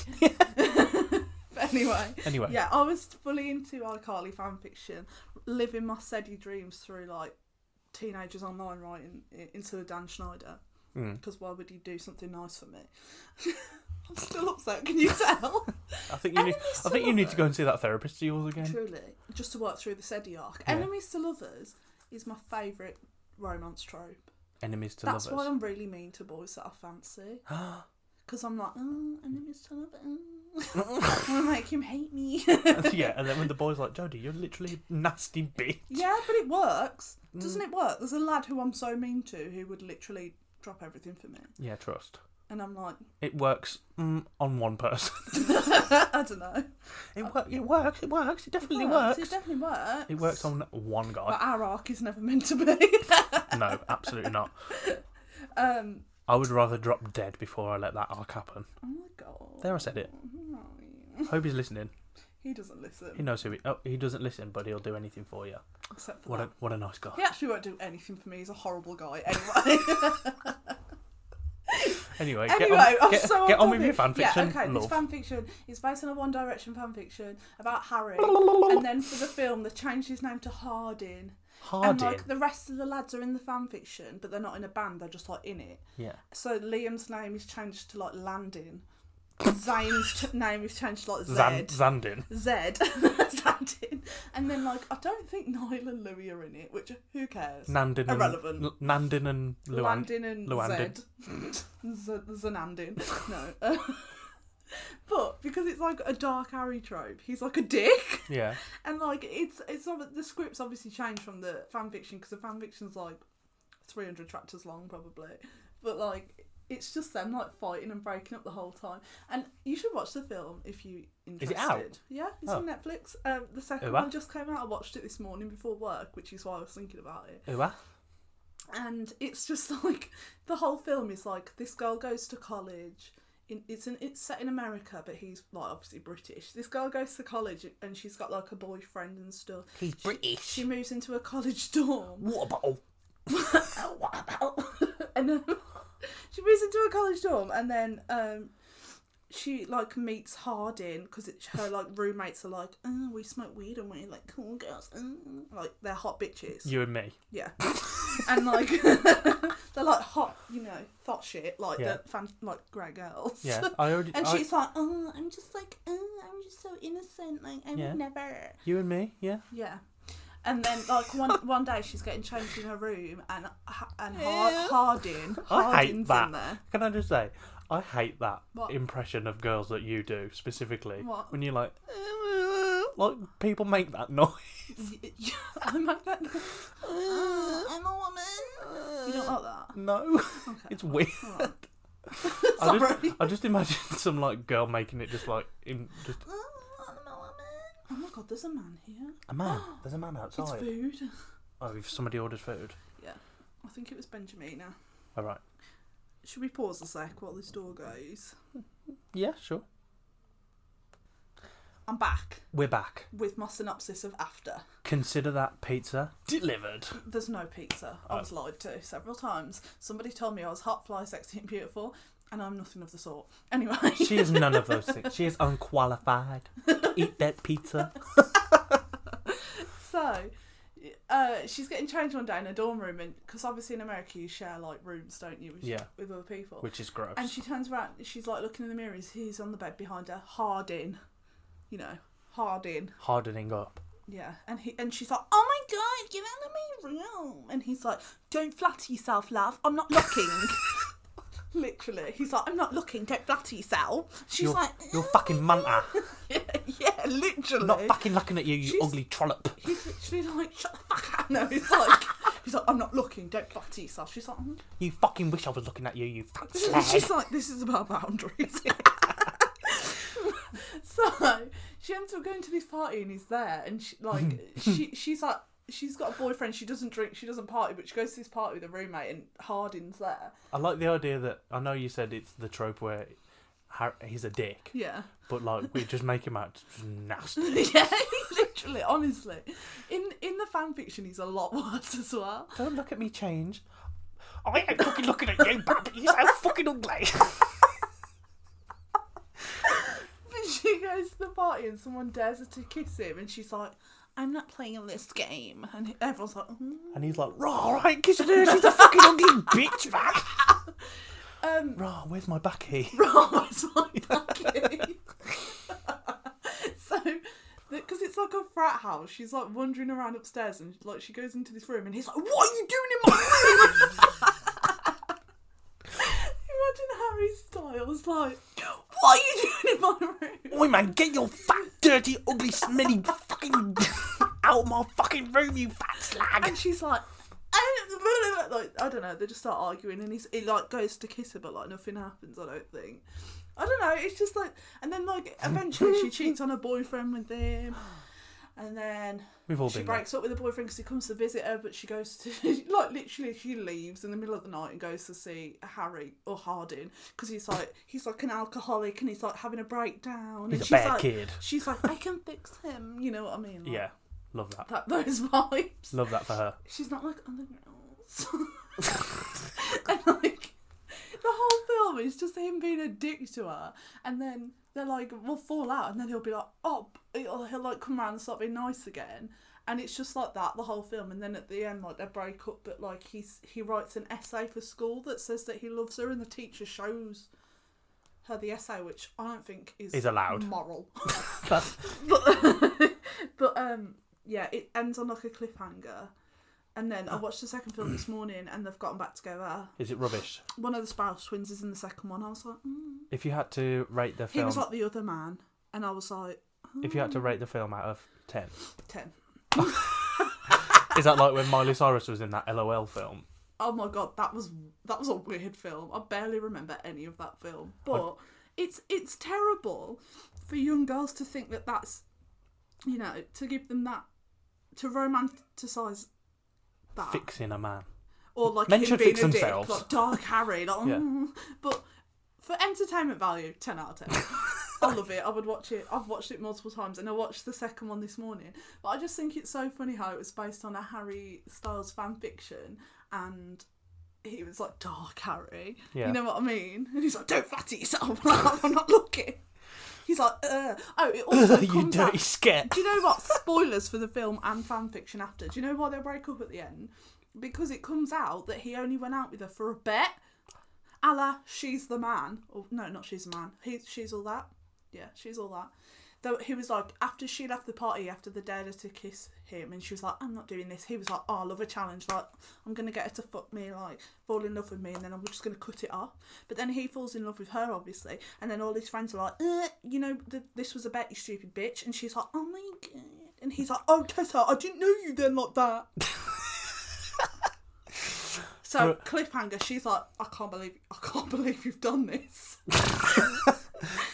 but anyway Anyway, yeah i was fully into icarly fanfiction living my seddy dreams through like teenagers online writing i- into the dan schneider Mm. because why would he do something nice for me? I'm still upset. Can you tell? I think you need. Enemies I to think you need lovers. to go and see that therapist of yours again. Truly, just to work through the Sedi arc. Yeah. Enemies to lovers is my favourite romance trope. Enemies to That's why lovers. I'm really mean to boys that I fancy. Because I'm like, oh, enemies to lovers. I want to make him hate me. yeah, and then when the boy's like, Jodie, you're literally a nasty bitch. Mm. yeah, but it works. Doesn't it work? There's a lad who I'm so mean to who would literally drop everything for me. Yeah, trust. And I'm like, It works mm, on one person. I don't know. It, wor- it works. It works. It definitely Works, works. It definitely works. It works on one guy. But our arc is never meant to be. No, absolutely not. um. I would rather drop dead before I let that arc happen. Oh my god. Oh, There, I said it. Hope he's listening. He doesn't listen. He knows who he. Oh, he doesn't listen, but he'll do anything for you. Except for What that. a what a nice guy. He actually won't do anything for me. He's a horrible guy. Anyway. Anyway, get anyway, on, I'm get, so get on with unhappy. your fanfiction. Yeah, okay. love. This fanfiction is based on a One Direction fanfiction about Harry, and then for the film they changed his name to Hardin. And Hardin. like the rest of the lads are in the fanfiction, but they're not in a band. They're just like in it. yeah. So Liam's name is changed to like Landin. Zane's ch- name is changed to like Zan- Zed. Zandin. Zed, Zandin, and then like I don't think Niall and Louis are in it, which who cares? Nandin. Irrelevant. And, L- Nandin and Luan. Landin and Luandin. Zed, Z- Zanandin. No, but because it's like a dark Harry trope, he's like a dick, Yeah. and like it's it's ob- the script's obviously changed from the fan fiction because the fan fiction's like three hundred chapters long probably, but like. It's just them like fighting and breaking up the whole time, and you should watch the film if you interested. it out? Yeah, it's on Netflix. Um, the second Oh, wow. one just came out. I watched it this morning before work, which is why I was thinking about it. Who are? And it's just like the whole film is like this girl goes to college. In, it's an, it's set in America, but he's like obviously British. This girl goes to college and she's got like a boyfriend and stuff. He's British. She moves into a college dorm. Water bottle. what about? and um, she moves into a college dorm, and then um, she like meets Hardin because it's her like roommates are like, oh, we smoke weed and we're like cool girls, oh," like they're hot bitches, You and me. yeah, and like they're like hot, you know, hot shit, like Yeah. they're fan- like great girls, Yeah. I already. And I- she's like, oh, I'm just like, oh, I'm just so innocent, like I Yeah. would never. You and me. Yeah. Yeah. And then, like one one day, she's getting changed in her room, and and Har- Ew. Hardin, I hate Hardin's that. in there. Can I just say, I hate that What? impression of girls that you do specifically. What? When you're like, like people make that noise. I make that. noise. I'm a woman. Uh. You oh. don't like that. No, Okay. it's weird. Alright. I just, Sorry. I just imagine some like girl making it just like in just Uh, Oh my god, there's a man here. a man. There's a man It's outside. food. Oh, if somebody ordered food. I think it was Benjamina. All right. Should we pause a sec while this door goes? Yeah, sure. I'm back We're back. with my synopsis of After. Consider that pizza delivered. There's no pizza. I was lied to several times. Somebody told me I was hot, fly, sexy, and beautiful, and I'm nothing of the sort. Anyway, She is none of those things. She is unqualified. Eat that pizza. so uh, she's getting changed one day in a dorm room, and because obviously in America you share like rooms, don't you? With, Yeah. with other people. Which is gross. and she turns around. She's like looking in the mirror. He's on the bed behind her, hard in, you know, hard in. Hardening up. Yeah, and he and she's like, "Oh my god, get out of my room!" And he's like, "Don't flatter yourself, love. I'm not looking." Literally, he's like, "I'm not looking. Don't flatter yourself." She's You're, like, you're fucking manta. yeah, yeah, literally." I'm not fucking looking at you, you She's- ugly trollop. he's literally like, "Shut the fuck up!" No, he's like, he's like, "I'm not looking. Don't flatter yourself." She's like, "Mm." You fucking wish I was looking at you, you fat slag. she's like, "This is about boundaries." so she ends up going to this party and he's there and she like she she's like she's got a boyfriend she doesn't drink she doesn't party but she goes to this party with her roommate and hardin's there I like the idea that I know you said it's the trope where Har- he's a dick, yeah but like we just make him out just nasty. yeah literally honestly in in the fan fiction he's a lot worse as well Don't look at me change. I ain't fucking looking at you, baby. You're so fucking ugly. but she goes to the party and someone dares her to kiss him and she's like i'm not playing this game and everyone's like "Mm." And he's like, Rah, I ain't kissing her. She's a fucking ugly bitch, man. um Rah, where's my backie? wrong as my backing. so, because it's like a frat house, she's like wandering around upstairs, and like she goes into this room, and he's like, "What are you doing in my room?" Imagine Harry Styles like, "What are you doing in my room?" Oi, man, get your fat, dirty, ugly, smelly fucking out of my fucking room, you fat slag. "Eh, And she's like, "I- that like I don't know. They just start arguing, and he's, it like goes to kiss her, but like nothing happens. I don't think. I don't know. It's just like, and then like eventually she cheats on her boyfriend with him, and then We've all she been breaks up with her boyfriend because he comes to visit her, but she goes to like literally she leaves in the middle of the night and goes to see Harry or Hardin because he's like he's like an alcoholic and he's like having a breakdown. there. and He's a she's bad like, kid. She's like, I can fix him. You know what I mean? Like, Yeah, love that. That those vibes. Love that for her. She's not like other girls. and like the whole film is just him being a dick to her, and then they're like, we'll fall out, and then he'll be like, oh, he'll, he'll like come around and start being nice again. And it's just like that the whole film, and then at the end, like they break up, but like he's he writes an essay for school that says that he loves her, and the teacher shows her the essay, which I don't think is Is allowed. moral That's but but um yeah it ends on like a cliffhanger and then i watched the second film this morning and they've gotten back together is it rubbish? one of the spouse twins is in the second one i was like mm. If you had to rate the he film, was like the other man and i was like if you had to rate the film out of ten, 10 is that like when Miley Cyrus was in that LOL film? oh my god that was that was a weird film i barely remember any of that film but it's it's terrible for young girls to think that that's you know to give them that to romanticize that Fixing a man. or like Men him should being fix a dick, themselves. like dark Harry, like, Yeah. mm. but for entertainment value, ten out of ten. I love it. I would watch it. I've watched it multiple times, and I watched the second one this morning. But I just think it's so funny how it was based on a Harry Styles fan fiction, and he was like dark Harry. Yeah. You know what I mean? And he's like, "Don't flatter yourself. I'm not looking." He's like, "Uh." Oh, it also you comes out- dirty scat. do you know what? Spoilers for the film and fan fiction after. Do you know why they break up at the end? Because it comes out that he only went out with her for a bet. A la she's the man. Or no, not she's the man. He, she's all that. Yeah, she's all that. Though he was like, after she left the party, after the dared her to kiss him, and she was like, I'm not doing this. He was like, Oh, I love a challenge. Like, I'm gonna get her to fuck me, like fall in love with me, and then I'm just gonna cut it off. But then he falls in love with her, obviously, and then all his friends are like, "Uh, you know, th- this was a bet, you stupid bitch, and she's like, oh my god, and he's like, oh Tessa, I didn't know you then like that. so Right. cliffhanger, she's like, I can't believe, I can't believe you've done this.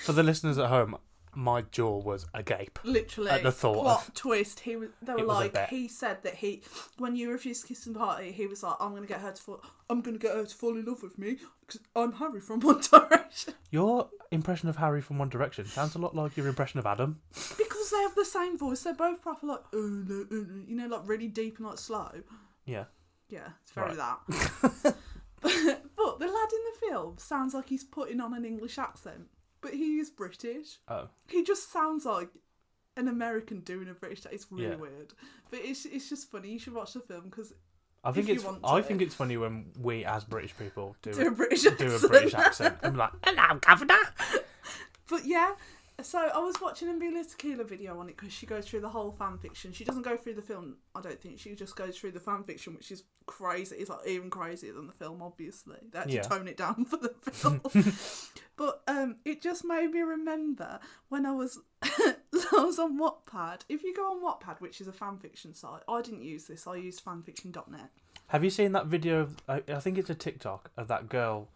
For the listeners at home, my jaw was agape. Literally, At the thought plot twist. He was. They were was a like. bet. He said that he, when you refused kissing party, he was like, "I'm gonna get her to fall. I'm gonna get her to fall in love with me because I'm Harry from One Direction." Your impression of Harry from One Direction sounds a lot like your impression of Adam. because they have the same voice. They're both proper like, "Oh, no, oh, no," you know, like really deep and like slow. Yeah. Yeah, it's very Right. that. but the lad in the film sounds like he's putting on an English accent, but he is British. Oh. he just sounds like an American doing a British. It's really Yeah. weird, but it's it's just funny. You should watch the film because I think you it's want I to. think it's funny when we as British people do do a do British a, accent. British accent. I'm like, hello, governor. But yeah, so I was watching a Mila Tequila video on it because she goes through the whole fan fiction. She doesn't go through the film, I don't think. She just goes through the fan fiction, which is crazy. It's like even crazier than the film, obviously. They had to Yeah. tone it down for the film. but um, it just made me remember when I was I was on Wattpad. If you go on Wattpad, which is a fan fiction site, I didn't use this. I used fanfiction.net. Have you seen that video? Of, I, I think it's a TikTok of that girl.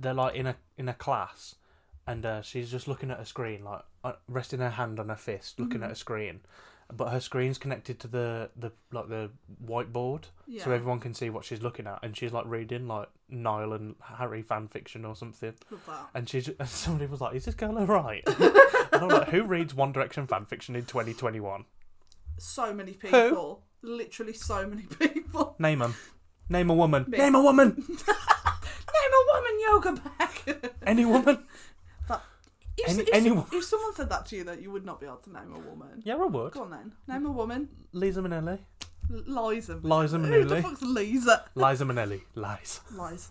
They're like in a in a class, and uh, she's just looking at a screen, like uh, resting her hand on her fist, looking Mm-hmm. at a screen, but her screen's connected to the the like the whiteboard, Yeah. so everyone can see what she's looking at, and she's like reading like Niall and Harry fan fiction or something. Love that. And she, just, and somebody was like, "Is this girl alright?" and I'm like, "Who reads One Direction fan fiction in 2021? So many people. Literally so many people. Name 'em. Name a woman. Me. Name a woman. Name a woman yoga bag. Any woman. If, Any- if, anyone. if someone said that to you, that you would not be able to name a woman. Yeah, I would. Go on then. Name a woman. Liza Minnelli. L- Liza. Liza Who the Minnelli. fuck's Liza? Liza Minnelli. Liza. Lies.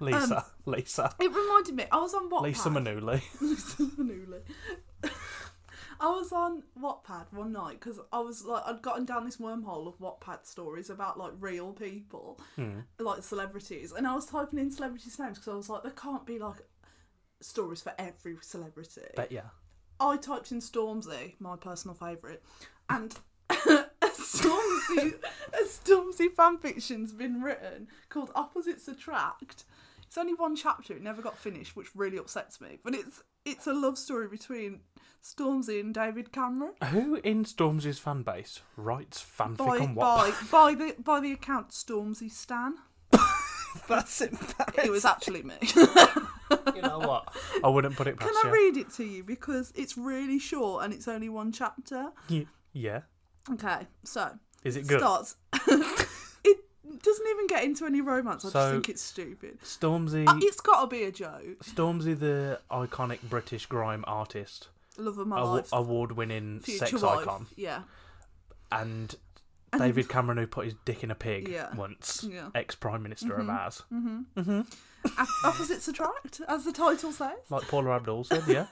Lisa. Um, Lisa. It reminded me. I was on Wattpad. Lisa Minnelli. Lisa Manuli. I was on Wattpad one night because I was like I'd gotten down this wormhole of Wattpad stories about like real people, Hmm. like celebrities, and I was typing in celebrities' names because I was like there can't be like stories for every celebrity. But yeah. I typed in Stormzy, my personal favourite, and a Stormzy, a a Stormzy fanfiction's been written called Opposites Attract. It's only one chapter, it never got finished, which really upsets me. But it's it's a love story between Stormzy and David Cameron. Who in Stormzy's fan base writes fanfic By, on by, what? by the by the account Stormzy Stan. That's it. It was actually me. You know what? I wouldn't put it past you. Can I read it to you? Because it's really short and it's only one chapter. Ye- yeah. Okay, so Is it it good? starts. it doesn't even get into any romance. I So- just think it's stupid. Stormzy. Uh, It's got to be a joke. Stormzy, the iconic British grime artist, Love of my awa- life, award-winning future sex wife. icon, Yeah, and David Cameron, who put his dick in a pig Yeah. once, yeah. Mm-hmm. ex-prime minister of ours, A- Opposites attract, as the title says. like Paula Abdul said. Yeah,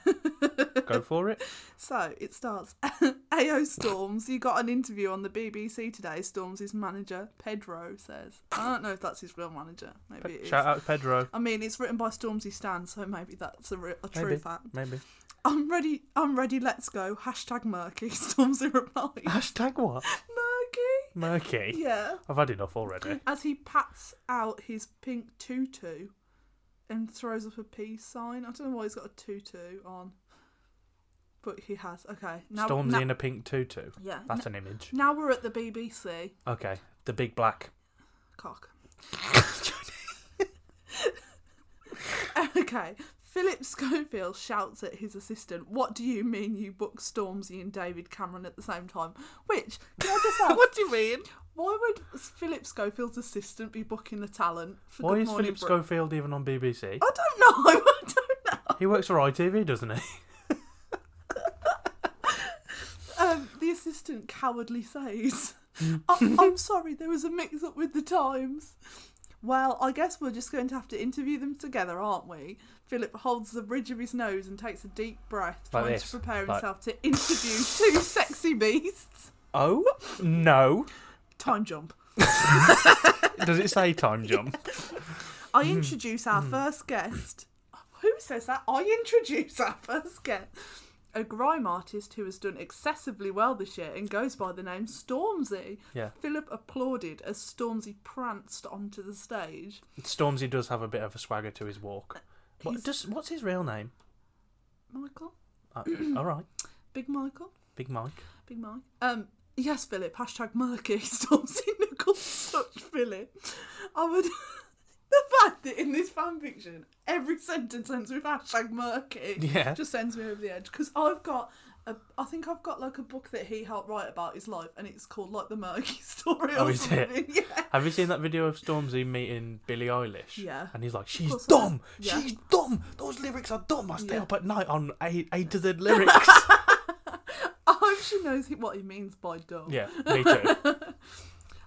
go for it. So it starts. AO Storms, you got an interview on the BBC today. Storms' manager, Pedro, says. I don't know if that's his real manager. Maybe it is. Shout out Pedro. I mean, it's written by Stormzy Stan, so maybe that's a, re- a true Maybe. fact. Maybe I'm ready. I'm ready. Let's go. Hashtag murky. Stormzy replies. hashtag what? murky. Murky. Yeah. I've had enough already. As he pats out his pink tutu and throws up a peace sign. I don't know why he's got a tutu on, but he has. Okay. Now, Stormzy now- in a pink tutu. yeah. That's an image. now we're at the BBC. Okay, the big black. cock. okay. Philip Schofield shouts at his assistant, What do you mean you booked Stormzy and David Cameron at the same time? Which, can I just ask, what do you mean? why would Philip Schofield's assistant be booking the talent for Why Good is Morning Philip Britain? Schofield even on BBC? I don't know. I don't know. He works for ITV, doesn't he? Um, the assistant cowardly says, Mm. I- I'm sorry, there was a mix up with the times. Well, I guess we're just going to have to interview them together, aren't we? Philip holds the ridge of his nose and takes a deep breath, Like trying this, to prepare like- himself to interview two sexy beasts. Oh no! Time jump. Does it say time jump? I Mm-hmm. introduce our first guest. Who says that? I introduce our first guest. A grime artist who has done excessively well this year and goes by the name Stormzy. Yeah. Philip applauded as Stormzy pranced onto the stage. Stormzy does have a bit of a swagger to his walk. What, He's- does, what's his real name? Michael? Uh, all right, Big Michael? Big Mike. Big Mike? Um, yes, Philip. Hashtag murky. Stormzy Nichols. Such Philip. I would... the fact that in this fanfiction, every sentence ends with hashtag murky. Yeah. just sends me over the edge because I've got a, I think I've got like a book that he helped write about his life, and it's called like the Murky Story or Oh, is it? something. Yeah. Have you seen that video of Stormzy meeting Billie Eilish? Yeah. And he's like, she's course I have. dumb. Yeah. She's dumb. Those lyrics are dumb. I stay Yeah. up at night on A, a to Z lyrics. I hope she knows he, what he means by dumb. yeah, me too.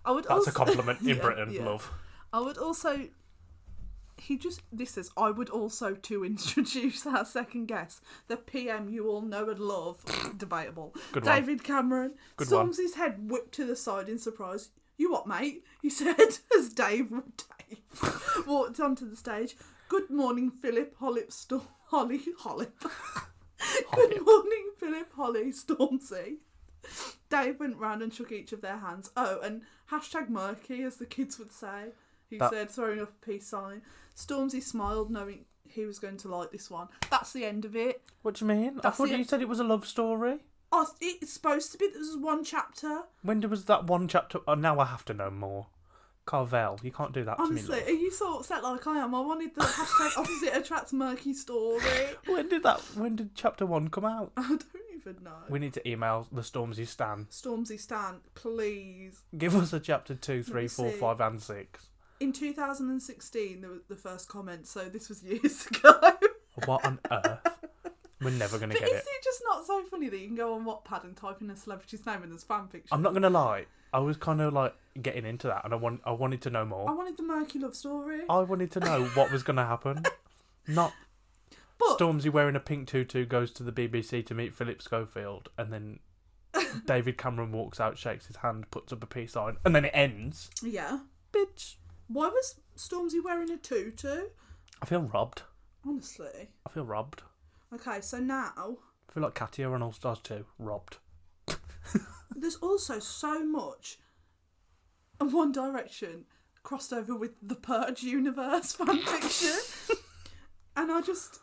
I would That's also, a compliment in Yeah, Britain, yeah. love. I would also. He just. This is. I would also to introduce our second guest, the PM you all know and love. Debatable. Good one. David Cameron. Good one. Stormzy's head whipped to the side in surprise. You what, mate? He said as Dave, Dave walked onto the stage. Good morning, Philip Hollip Storm Holly Hollip. Good morning, Philip Holly Stormzy. Dave went round and shook each of their hands. Oh, and hashtag murky, as the kids would say. He That- said, throwing up a peace sign. Stormzy smiled, knowing he was going to like this one. That's the end of it. What do you mean? I That's thought it. you said it was a love story. Oh, it's supposed to be. This is one chapter. When there was that one chapter? Oh, now I have to know more. Carvel, you can't do that to me. Honestly, love. are you so upset like I am? I wanted the hashtag opposite attracts murky story. When did that? When did chapter one come out? I don't even know. We need to email the Stormzy Stan. Stormzy Stan, please. Give us a chapter two, me three, four, see. five, and six. In 2016, there was the first comment, so this was years ago. What on earth? We're never gonna But get is it. it just not so funny that you can go on Wattpad and type in a celebrity's name and there's fanfiction? I'm not gonna lie. I was kind of like getting into that, and I want, I wanted to know I more. wanted the murky love story. I wanted to know what was gonna happen. Not But- Stormzy wearing a pink tutu goes to the BBC to meet Philip Schofield, and then David Cameron walks out, shakes his hand, puts up a peace sign, and then it ends. yeah. Bitch, Why was Stormzy wearing a tutu? I feel robbed. Honestly. I feel robbed. Okay, so now I feel like Katia on All Stars 2, robbed. there's also so much and One Direction crossed over with the Purge universe fanfiction, and I just,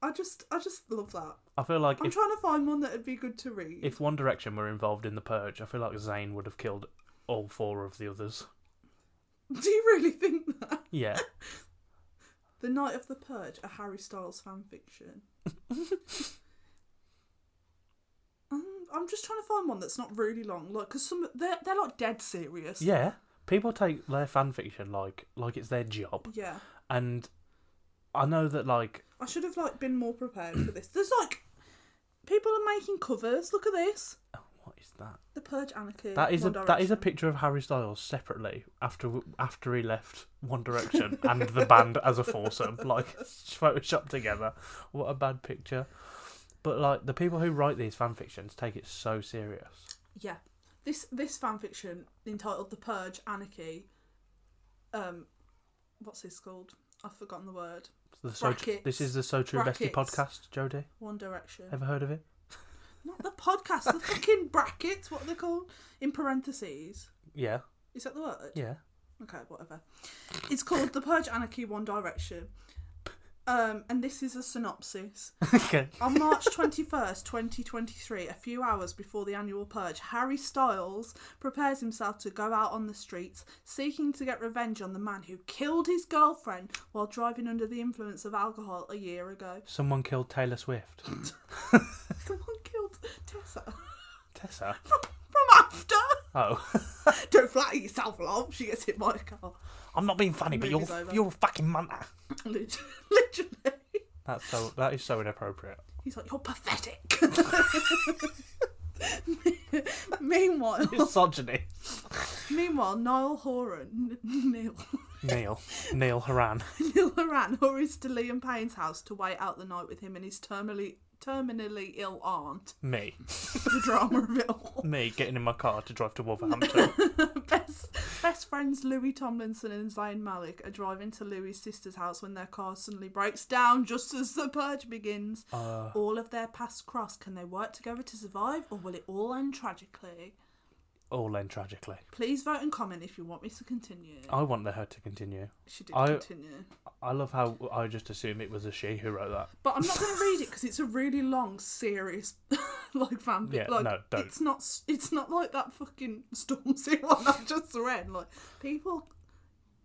I just, I just love that. I feel like I'm if, trying to find one that would be good to read. if One Direction were involved in the purge, I feel like Zayn would have killed all four of the others. Do you really think that? Yeah, The Night of the Purge, a Harry Styles fanfiction. um, I'm just trying to find one that's not really long, like, because some they're they're like dead serious. yeah. People take their fan fiction like like it's their job, Yeah. and I know that like I should have like been more prepared for this. There's like people are making covers. Look at this. oh, what is that? The Purge Anarchy. That is a Uh, One that is a Direction. picture of Harry Styles separately after after he left One Direction and the band as a foursome, like photoshopped together. What a bad picture! But like the people who write these fan fictions take it so serious. Yeah. This this fanfiction entitled The Purge Anarchy. Um what's this called? I've forgotten the word. The so Brackets. this is the So True Bestie Brackets. podcast. Jodie, One Direction. ever heard of it? Not the podcast, the fucking brackets, what are they called? In parentheses. Yeah, Is that the word? yeah. Okay, whatever. It's called The Purge Anarchy One Direction. Um, and this is a synopsis. okay. On March 21st, 2023, a few hours before the annual purge, Harry Styles prepares himself to go out on the streets, seeking to get revenge on the man who killed his girlfriend while driving under the influence of alcohol a year ago. Someone killed Taylor Swift. Someone killed Tessa Tessa. from, from after. Oh, Don't flatter yourself, love. She gets hit by a car. I'm not being funny, but you're Movie's over. you're a fucking manta. Lit- Literally. That's so that is so inappropriate. He's like, You're pathetic. meanwhile, Misogyny. meanwhile, Niall Horan, Neil, Neil, Neil Horan. Neil Horan hurries to Liam Payne's house to wait out the night with him and his terminally terminally ill aunt. Me. The drama of it all. me getting in my car to drive to Wolverhampton. best best friends Louis Tomlinson and Zayn Malik are driving to Louis' sister's house when their car suddenly breaks down just as the purge begins. all of their paths cross. Can they work together to survive, or will it all end tragically? All end tragically. Please vote and comment if you want me to continue. I want her to continue. she did I- continue, I love how I just assume it was a she who wrote that. but I'm not going to read it because it's a really long, serious, like fan. Yeah, like, no, don't. It's not. s- It's not like that fucking Stormzy one I just read. Like people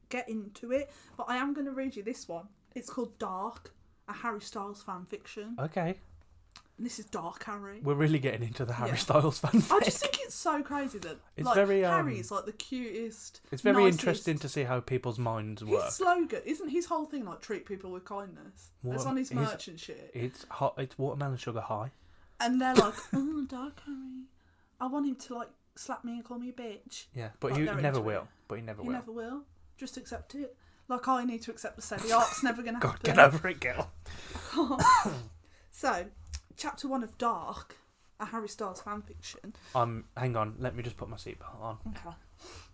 get into it, but I am going to read you this one. It's called Dark, a Harry Styles fan fiction. Okay, This is Dark Harry. we're really getting into the Harry Yeah. Styles fan. I just think it's so crazy that It's like very, um, Harry's like the cutest. It's very nicest- interesting to see how people's minds His work. slogan isn't his whole thing like treat people with kindness. That's Well, on his his- merch and shit. It's hot. It's watermelon sugar high. And they're like, oh, dark Harry, I want him to like slap me and call me a bitch. Yeah, but Like, he they're never into will. it. But he never He will. never will. Just accept it. Like I need to accept the set. The art's never gonna God, happen. get over it, girl. So, chapter one of Dark, a Harry Styles fanfiction. Um, hang on. Let me just put my seatbelt on. Okay.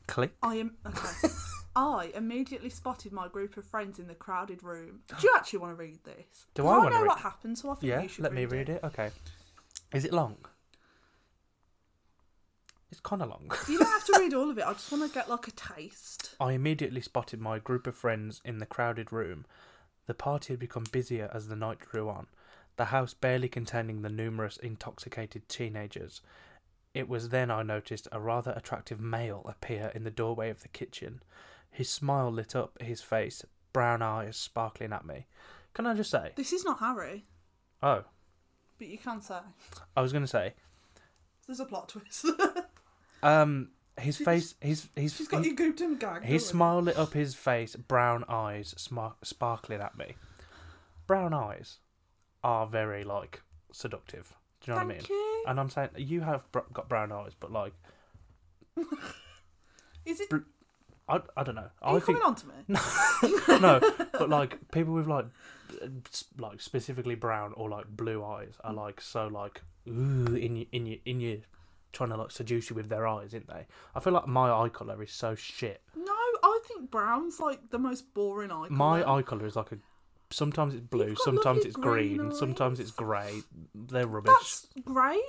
Click. I am okay. I immediately spotted my group of friends in the crowded room. Do you actually want to read this? Do 'Cause I I wanna know read- what happened, so I think Yeah. you should. Let me read it. Okay. Is it long? It's kind of long. You don't have to read all of it. I just want to get like a taste. I immediately spotted my group of friends in the crowded room. The party had become busier as the night drew on, the house barely containing the numerous intoxicated teenagers. It was then I noticed a rather attractive male appear in the doorway of the kitchen. His smile lit up his face, brown eyes sparkling at me. Can I just say? This is not Harry, Oh, but you can say I was going to say. there's a plot twist. Um, his face, his his She's got you gooped and gagged. His haven't smile lit up his face, brown eyes smar- sparkling at me. Brown eyes are very, like, seductive. Do you know what I mean? Thank you. And I'm saying, you have br- got brown eyes, but, like, you? Is it? br- I, I don't know. Are I you think. coming on to me? no, but, like, people with, like, b- s- like specifically brown or, like, blue eyes Mm. are, like, so, like, ooh, in your, in your, in your, trying to, like, seduce you with their eyes, aren't they? I feel like my eye colour is so shit. No, I think brown's like the most boring icon. My eye colour is like a. Sometimes it's blue, You've got sometimes lovely it's green green, eyes. sometimes it's grey. They're rubbish. That's great.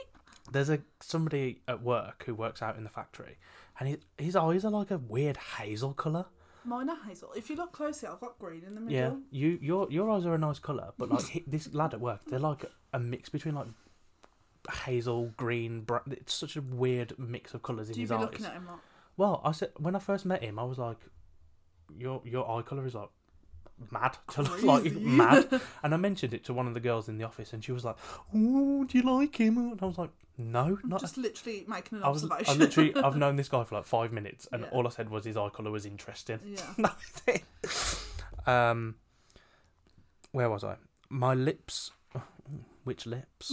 there's a somebody at work who works out in the factory, and he, his eyes are like a weird hazel color. Mine are hazel. If you look closely, I've got green in the middle. Yeah, you your your eyes are a nice color, but like he, this lad at work, they're like a mix between like hazel, green, brown. It's such a weird mix of colors in Do you his be eyes. looking at him like, Well, I said when I first met him, I was like, "Your your eye color is like mad, like Crazy. mad." And I mentioned it to one of the girls in the office, and she was like, "Ooh, do you like him?" And I was like, "No, not." just literally making an I was. I observation. literally. I've known this guy for like five minutes, and Yeah. all I said was his eye color was interesting. yeah. No, I didn't. um, where was I? My lips. Which lips?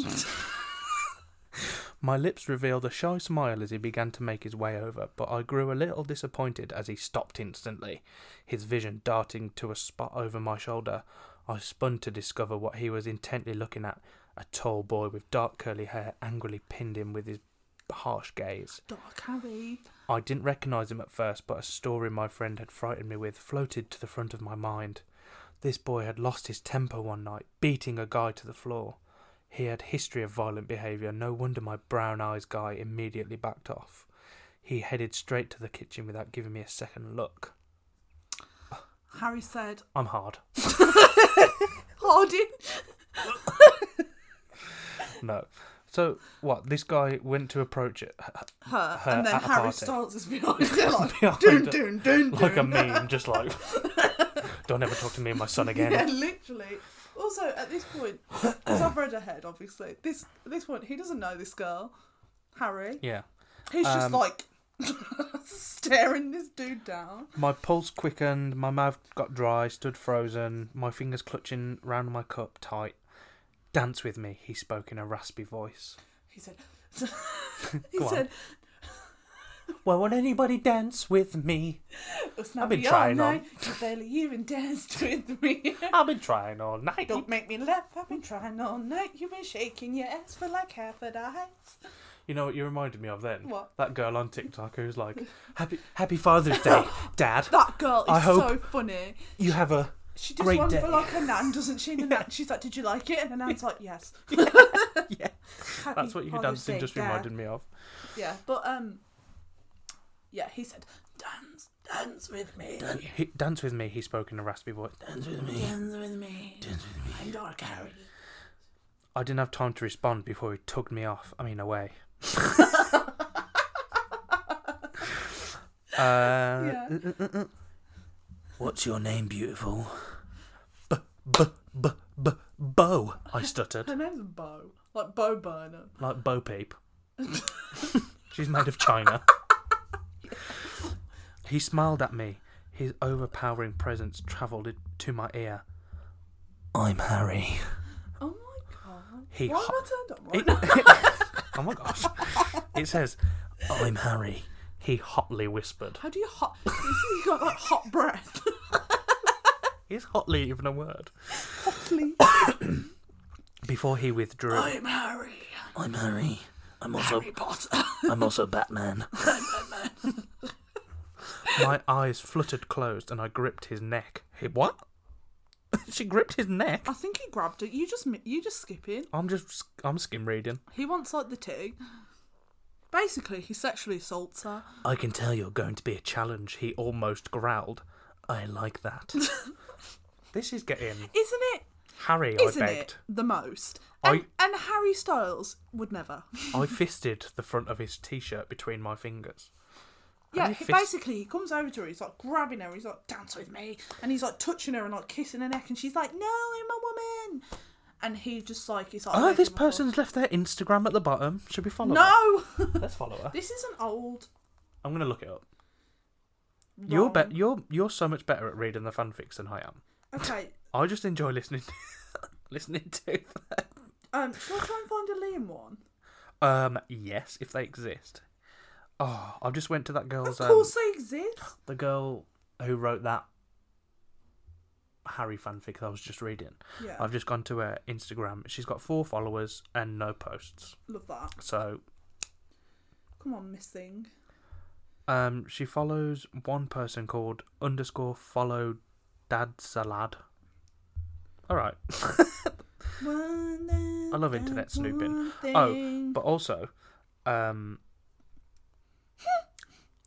My lips revealed a shy smile as he began to make his way over, but I grew a little disappointed as he stopped instantly, his vision darting to a spot over my shoulder. I spun to discover what he was intently looking at. A tall boy with dark curly hair angrily pinned him with his harsh gaze. Dark Harry. I didn't recognise him at first, but a story my friend had frightened me with floated to the front of my mind. This boy had lost his temper one night, beating a guy to the floor. He had history of violent behaviour, no wonder my brown eyes guy immediately backed off. He headed straight to the kitchen without giving me a second look. Harry said, I'm hard. Harding. No. So, what, this guy went to approach it Her. Her and then at a Harry party. Styles is behind her, like, Behind dun, her, dun, dun, like a dun. meme, just like, don't ever talk to me and my son again. Yeah, literally. Also, at this point, because I've read ahead, obviously, this at this point, he doesn't know this girl, Harry. yeah. He's just Um, like staring this dude down. My pulse quickened, my mouth got dry, stood frozen, my fingers clutching round my cup tight. Dance with me, he spoke in a raspy voice. He said, he Go on. said, Why won't anybody dance with me? Us now I've been we are trying now. on. Oh, You barely even danced with me. I've been trying all night. Don't make me laugh. I've been trying all night. You've been shaking your ass for like half a night. You know what you reminded me of then? What? That girl on TikTok who's like, Happy Happy Father's Day, Dad. That girl I is hope- so funny. You have a She does Great one day. for like her nan, doesn't she? And the nan, she's like, "Did you like it?" And the nan's like, "Yes." Yeah. Happy That's what you Father's dancing Day, just Dad. reminded me of. Yeah, but um, yeah, he said, "Dance, dance with me, dance, He, dance with me, he spoke in a raspy voice. with me, dance with me, dance with me." I'm Dark Harry. I didn't have time to respond before he tugged me off. I mean, away. uh, What's your name, beautiful? B b b b Bo. I stuttered Her name's Bo, like Bo Burnham. like Bo Peep. She's made of china. He smiled at me. His overpowering presence travelled it- to my ear. I'm Harry. Oh my god. He Why ho- am I turned on right It- now? oh my gosh. It says, I'm Harry. He hotly whispered. How do you hot? you got like hot breath. Is hotly even a word? Hotly. Before he withdrew. I'm Harry. I'm Harry. I'm also Harry Potter. I'm also Batman. My eyes fluttered closed and I gripped his neck. He, what? she gripped his neck? I think he grabbed it. You just mi- you just skipping. I'm just I'm skim reading. He wants like the tig. Basically, he sexually assaults her. I can tell you're going to be a challenge, he almost growled. I like that. this is getting Isn't it? Harry, Isn't I begged. it the most? I- And, and Harry Styles would never. I fisted the front of his t-shirt between my fingers. Yeah, you he, fist- basically he comes over to her, he's like grabbing her, he's like dance with me, and he's like touching her and like kissing her neck, and she's like, no, I'm a woman, and he just like he's like, Oh, waving this her forward. person's left their Instagram at the bottom. Should we follow her? No, Let's follow her. this is an old. I'm gonna look it up. wrong- You're be- you're you're so much better at reading the fanfics than I am. Okay, I just enjoy listening listening to them. um, shall I try and find a Liam one? Um, yes, if they exist. Oh, I just went to that girl's of um, course they exist. the girl who wrote that Harry fanfic that I was just reading. Yeah, I've just gone to her Instagram. She's got four followers and no posts. love that. So Come on, Miss Thing. Um, she follows one person called underscore follow dad salad. All right, One I love internet snooping. Oh, But also, um,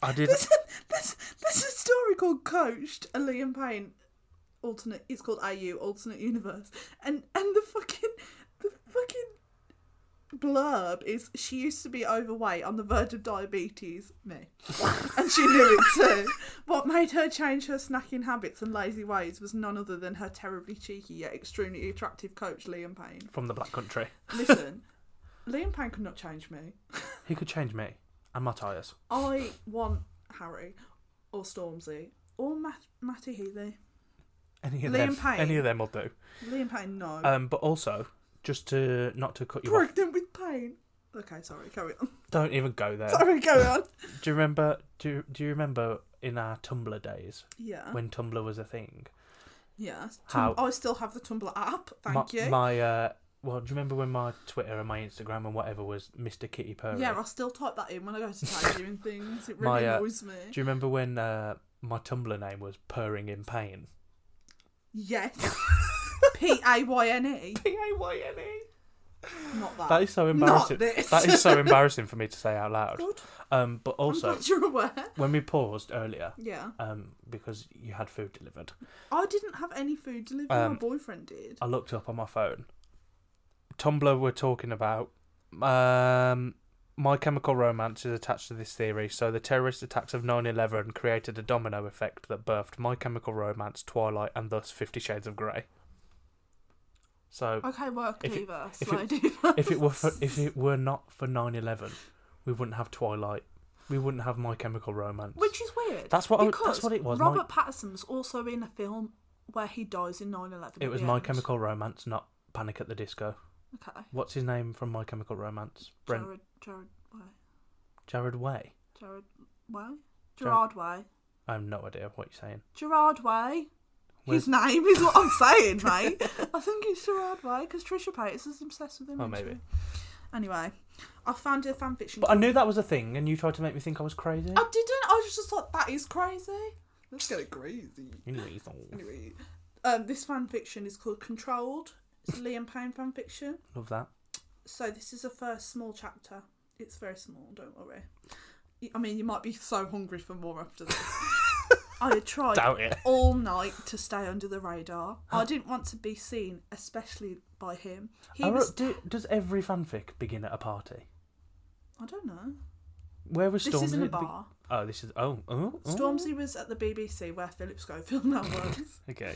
I did. there's, a, there's, there's a story called Coached, a Liam Payne alternate. It's called AU Alternate Universe, and and the fucking the fucking blurb is she used to be overweight on the verge of diabetes, me, and she knew it too. What made her change her snacking habits and lazy ways was none other than her terribly cheeky yet extremely attractive coach Liam Payne. From the Black Country. Listen, Liam Payne could not change me. He could change me and my tyres. I want Harry or Stormzy or Matt- Matty Healy. Any of Liam them. Payne. Any of them will do. Liam Payne, no. Um, but also, just to not to cut you off, Pregnant with pain. Okay, sorry, carry on. don't even go there. Sorry, carry on. Do you remember? Do you- Do you remember in our Tumblr days Yeah. when Tumblr was a thing? yeah. How- Tum- I still have the Tumblr app, thank my, you. My uh, well, do you remember when my Twitter and my Instagram and whatever was Mr. Kitty Purry? yeah, I still type that in when I go to tag you and things. It really My, uh, annoys me. Do you remember when uh, my Tumblr name was Purring in Pain? yes. P A Y N E. P A Y N E. Not that. That is so Not embarrassing. this. That is so embarrassing for me to say out loud. Good. Um, but I'm also glad you're aware. when we paused earlier, Yeah. um, because you had food delivered, I didn't have any food delivered. Um, my boyfriend did. I looked up on my phone. Tumblr were talking about um, My Chemical Romance is attached to this theory, so the terrorist attacks of 9 11 created a domino effect that birthed My Chemical Romance, Twilight, and thus Fifty Shades of Grey. So, Okay, work if it- lever, if it- slow lever. if it were for, if it were not for 9 11, we wouldn't have Twilight, we wouldn't have My Chemical Romance. Which is weird. That's what I- because that's what it was, Robert my- Patterson's also in a film where he dies in 9 11. it was My Chemical Romance, not Panic at the Disco. Okay. What's his name from My Chemical Romance? Brent Jared, Jared Jared Way. Way. Jared Way? Jar- Gerard Way. I have no idea what you're saying. Gerard Way. Where's- His name is what I'm saying, mate. I think it's Gerard Way because Trisha Paytas is obsessed with him. Oh, isn't maybe. she? Anyway, I found a fanfiction. But I knew that was a thing, and you tried to make me think I was crazy. I didn't. I was just like, that is crazy. Let's get it crazy. Anyway, so- Anyway, um, this fan fiction is called Controlled. It's a Liam Payne fan fiction. Love that. So this is the first small chapter. It's very small. Don't worry. Y- I mean, you might be so hungry for more after this. I had tried Doubt it. all night to stay under the radar. I didn't want to be seen, especially by him. He I wrote- was. do, does every fanfic begin at a party? I don't know. Where was Stormzy? This isn't a at the be- bar. oh, this is. Oh, oh, oh. Stormzy was at the BBC where Philip Schofield now works, Okay.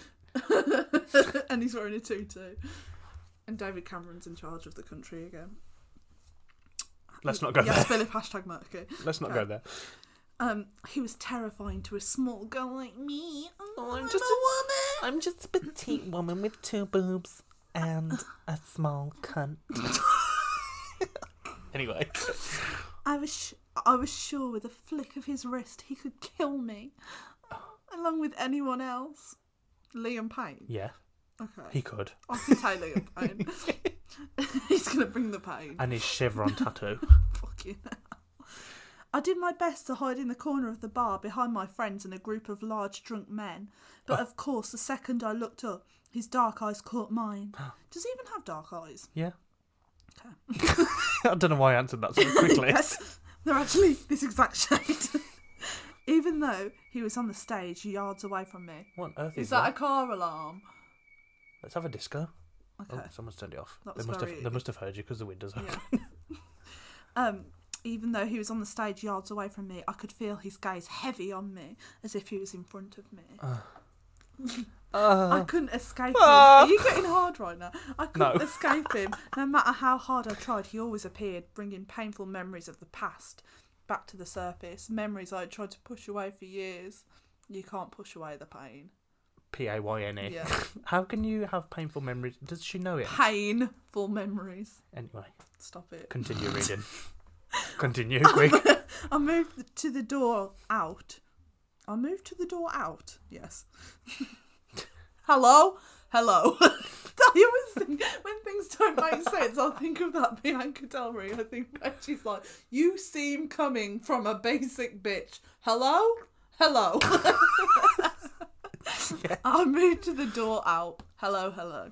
and he's wearing a tutu. And David Cameron's in charge of the country again. Let's not go yes, Philip hashtag Mercury. there. Let's not Okay. go there. Um, he was terrifying to a small girl like me. Oh, I'm, just just a woman. I'm just a petite woman with two boobs and a small cunt. anyway, I was sh- I was sure with a flick of his wrist he could kill me, along with anyone else. Liam Payne. yeah, Okay, he could, I can tell Liam Payne. He's gonna bring the pain. and his chevron tattoo. Fucking hell. I did my best to hide in the corner of the bar behind my friends and a group of large drunk men, Oh. but of course, the second I looked up, his dark eyes caught mine. Does he even have dark eyes? Yeah. I don't know why I answered that so quickly. Yes, they're actually this exact shade. Even though he was on the stage yards away from me. What on earth is, Is that a car alarm? Let's have a disco. Okay. Oh, someone's turned it off. That They was must, very- have, they must have heard you because the window's open. Yeah. Oh. um, even though he was on the stage yards away from me, I could feel his gaze heavy on me as if he was in front of me. I couldn't escape him. Ah. Are you getting hard right now? I couldn't No. escape him. No matter how hard I tried, he always appeared, bringing painful memories of the past back to the surface. Memories I had tried to push away for years. You can't push away the pain. P A Y N E. Yeah. How can you have painful memories? Does she know it? Painful memories. Anyway, Stop it. continue reading. continue, quick. I moved to the door out. I moved to the door out. Yes. Hello? Hello. I always think when things don't make sense, I'll think of that Bianca Del Rey. I think when she's like, You seem coming from a basic bitch. Hello? Hello. I moved to the door out. Hello, hello.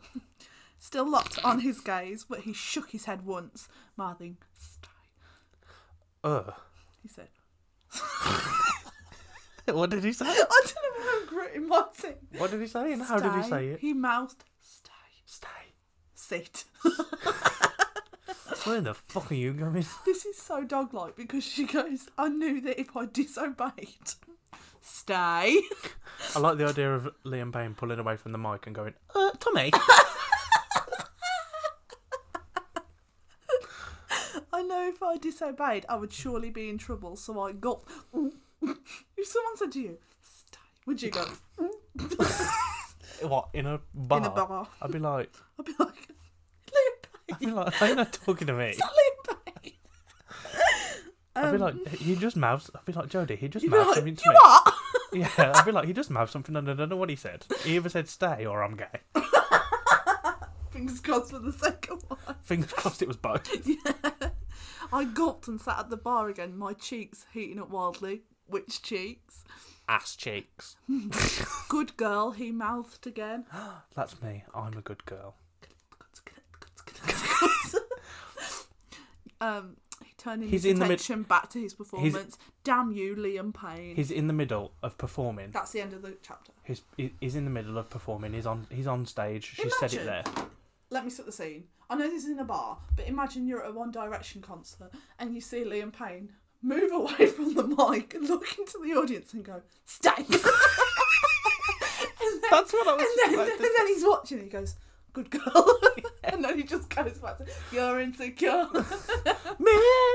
still locked on his gaze, but he shook his head once. Marthing, stay, Uh, he said. what did he say? I don't remember it in my thing. What did he say? And how did he Stay. say it? He mouthed, stay, Stay. sit. Where the fuck are you going? This is so dog like because she goes, I knew that if I disobeyed, stay. I like the idea of Liam Payne pulling away from the mic and going, "Uh, Tommy." I know if I disobeyed, I would surely be in trouble, so I got. if someone said to you, stay, would you go what in a bar? in a bar? I'd be like, I'd be like, Liam I'd Payne, be like, they not talking to me. Liam Payne. I'd be Um, like, he just mouths. I'd be like, Jody, he just you'd be mouthed like, something to you me. what? Yeah, I'd be like, he just mouthed something. and I don't know what he said. He either said stay or I'm gay. Fingers crossed for the second one. Fingers crossed it was both. I gulped and sat at the bar again, my cheeks heating up wildly. Which cheeks? Ass cheeks. Good girl, he mouthed again. That's me. I'm a good girl. um, he turned his He's in the mid- attention back to his performance. Damn you, Liam Payne. He's in the middle of performing. That's the end of the chapter. He's he- he's in the middle of performing. He's on he's on stage. She said it there. Imagine. Let me set the scene. I know this is in a bar, but imagine you're at a One Direction concert and you see Liam Payne move away from the mic and look into the audience and go, stay. and then, That's what I was and then, like, and then he's watching and he goes, good girl. and then he just goes back to, you're insecure. Midnight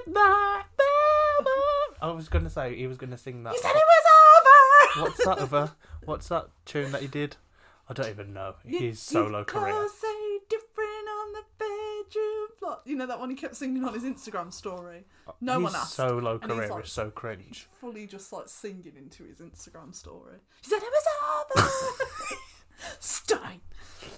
Belmont. I was gonna say he was gonna sing that. You said it was over. What's that other? What's that tune that he did? I don't even know. His solo career. Say different on the bedroom floor. You know that one he kept singing on his Instagram story. No his one asked. solo and he's career like- is so cringe. Fully just like singing into his Instagram story. He said it was over. Stein.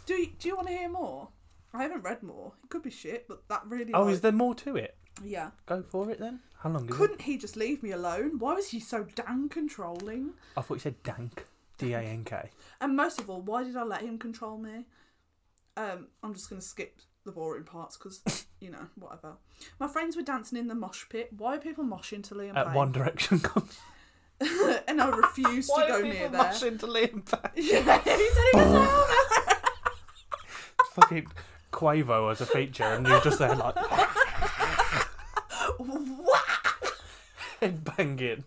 Do you, do you want to hear more? I haven't read more. It could be shit, but that really. Oh, like- is there more to it? Yeah. Go for it then. How long is it? Couldn't he just leave me alone? Why was he so damn controlling? I thought you said dank. D A N K. And most of all, why did I let him control me? Um, I'm just going to skip the boring parts because, you know, whatever. My friends were dancing in the mosh pit. Why are people moshing to Liam At Payne? One Direction concert. and I refused to go near there. into Liam Payne? Yeah, he said it was over. Fucking Quavo as a feature, and you're just there like What head banging.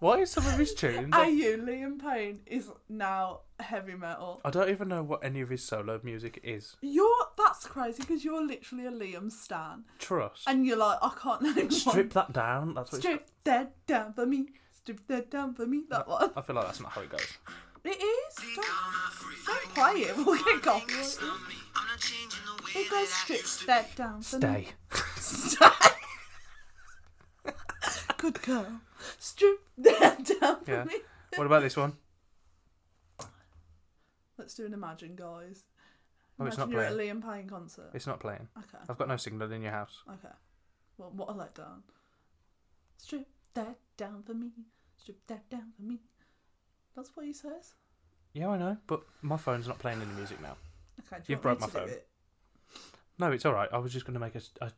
Why is some of his tunes? are you? Liam Payne is now heavy metal. I don't even know what any of his solo music is. You're that's crazy because you're literally a Liam stan, Trust. and you're like I can't name one. Strip that down. That's what. it's- strip that down for me, strip that down for me. That one. I feel like that's not how it goes. It is. Don't, don't play it. We'll get gone. It goes strip that down. for me. Stay. Stay. Good girl. Strip that down for Yeah. me. What about this one? Let's do an Imagine, guys. Oh, it's Imagine not you're at a playing. Liam Payne concert. It's not playing. Okay. I've got no signal in your house. Okay. Well, what a letdown. Strip that down for me. Strip that down for me. That's what he says. Yeah, I know, but my phone's not playing any music now. Okay. Do you You've broke want my me to do phone. it? No, it's all right. I was just going to make a, s- a-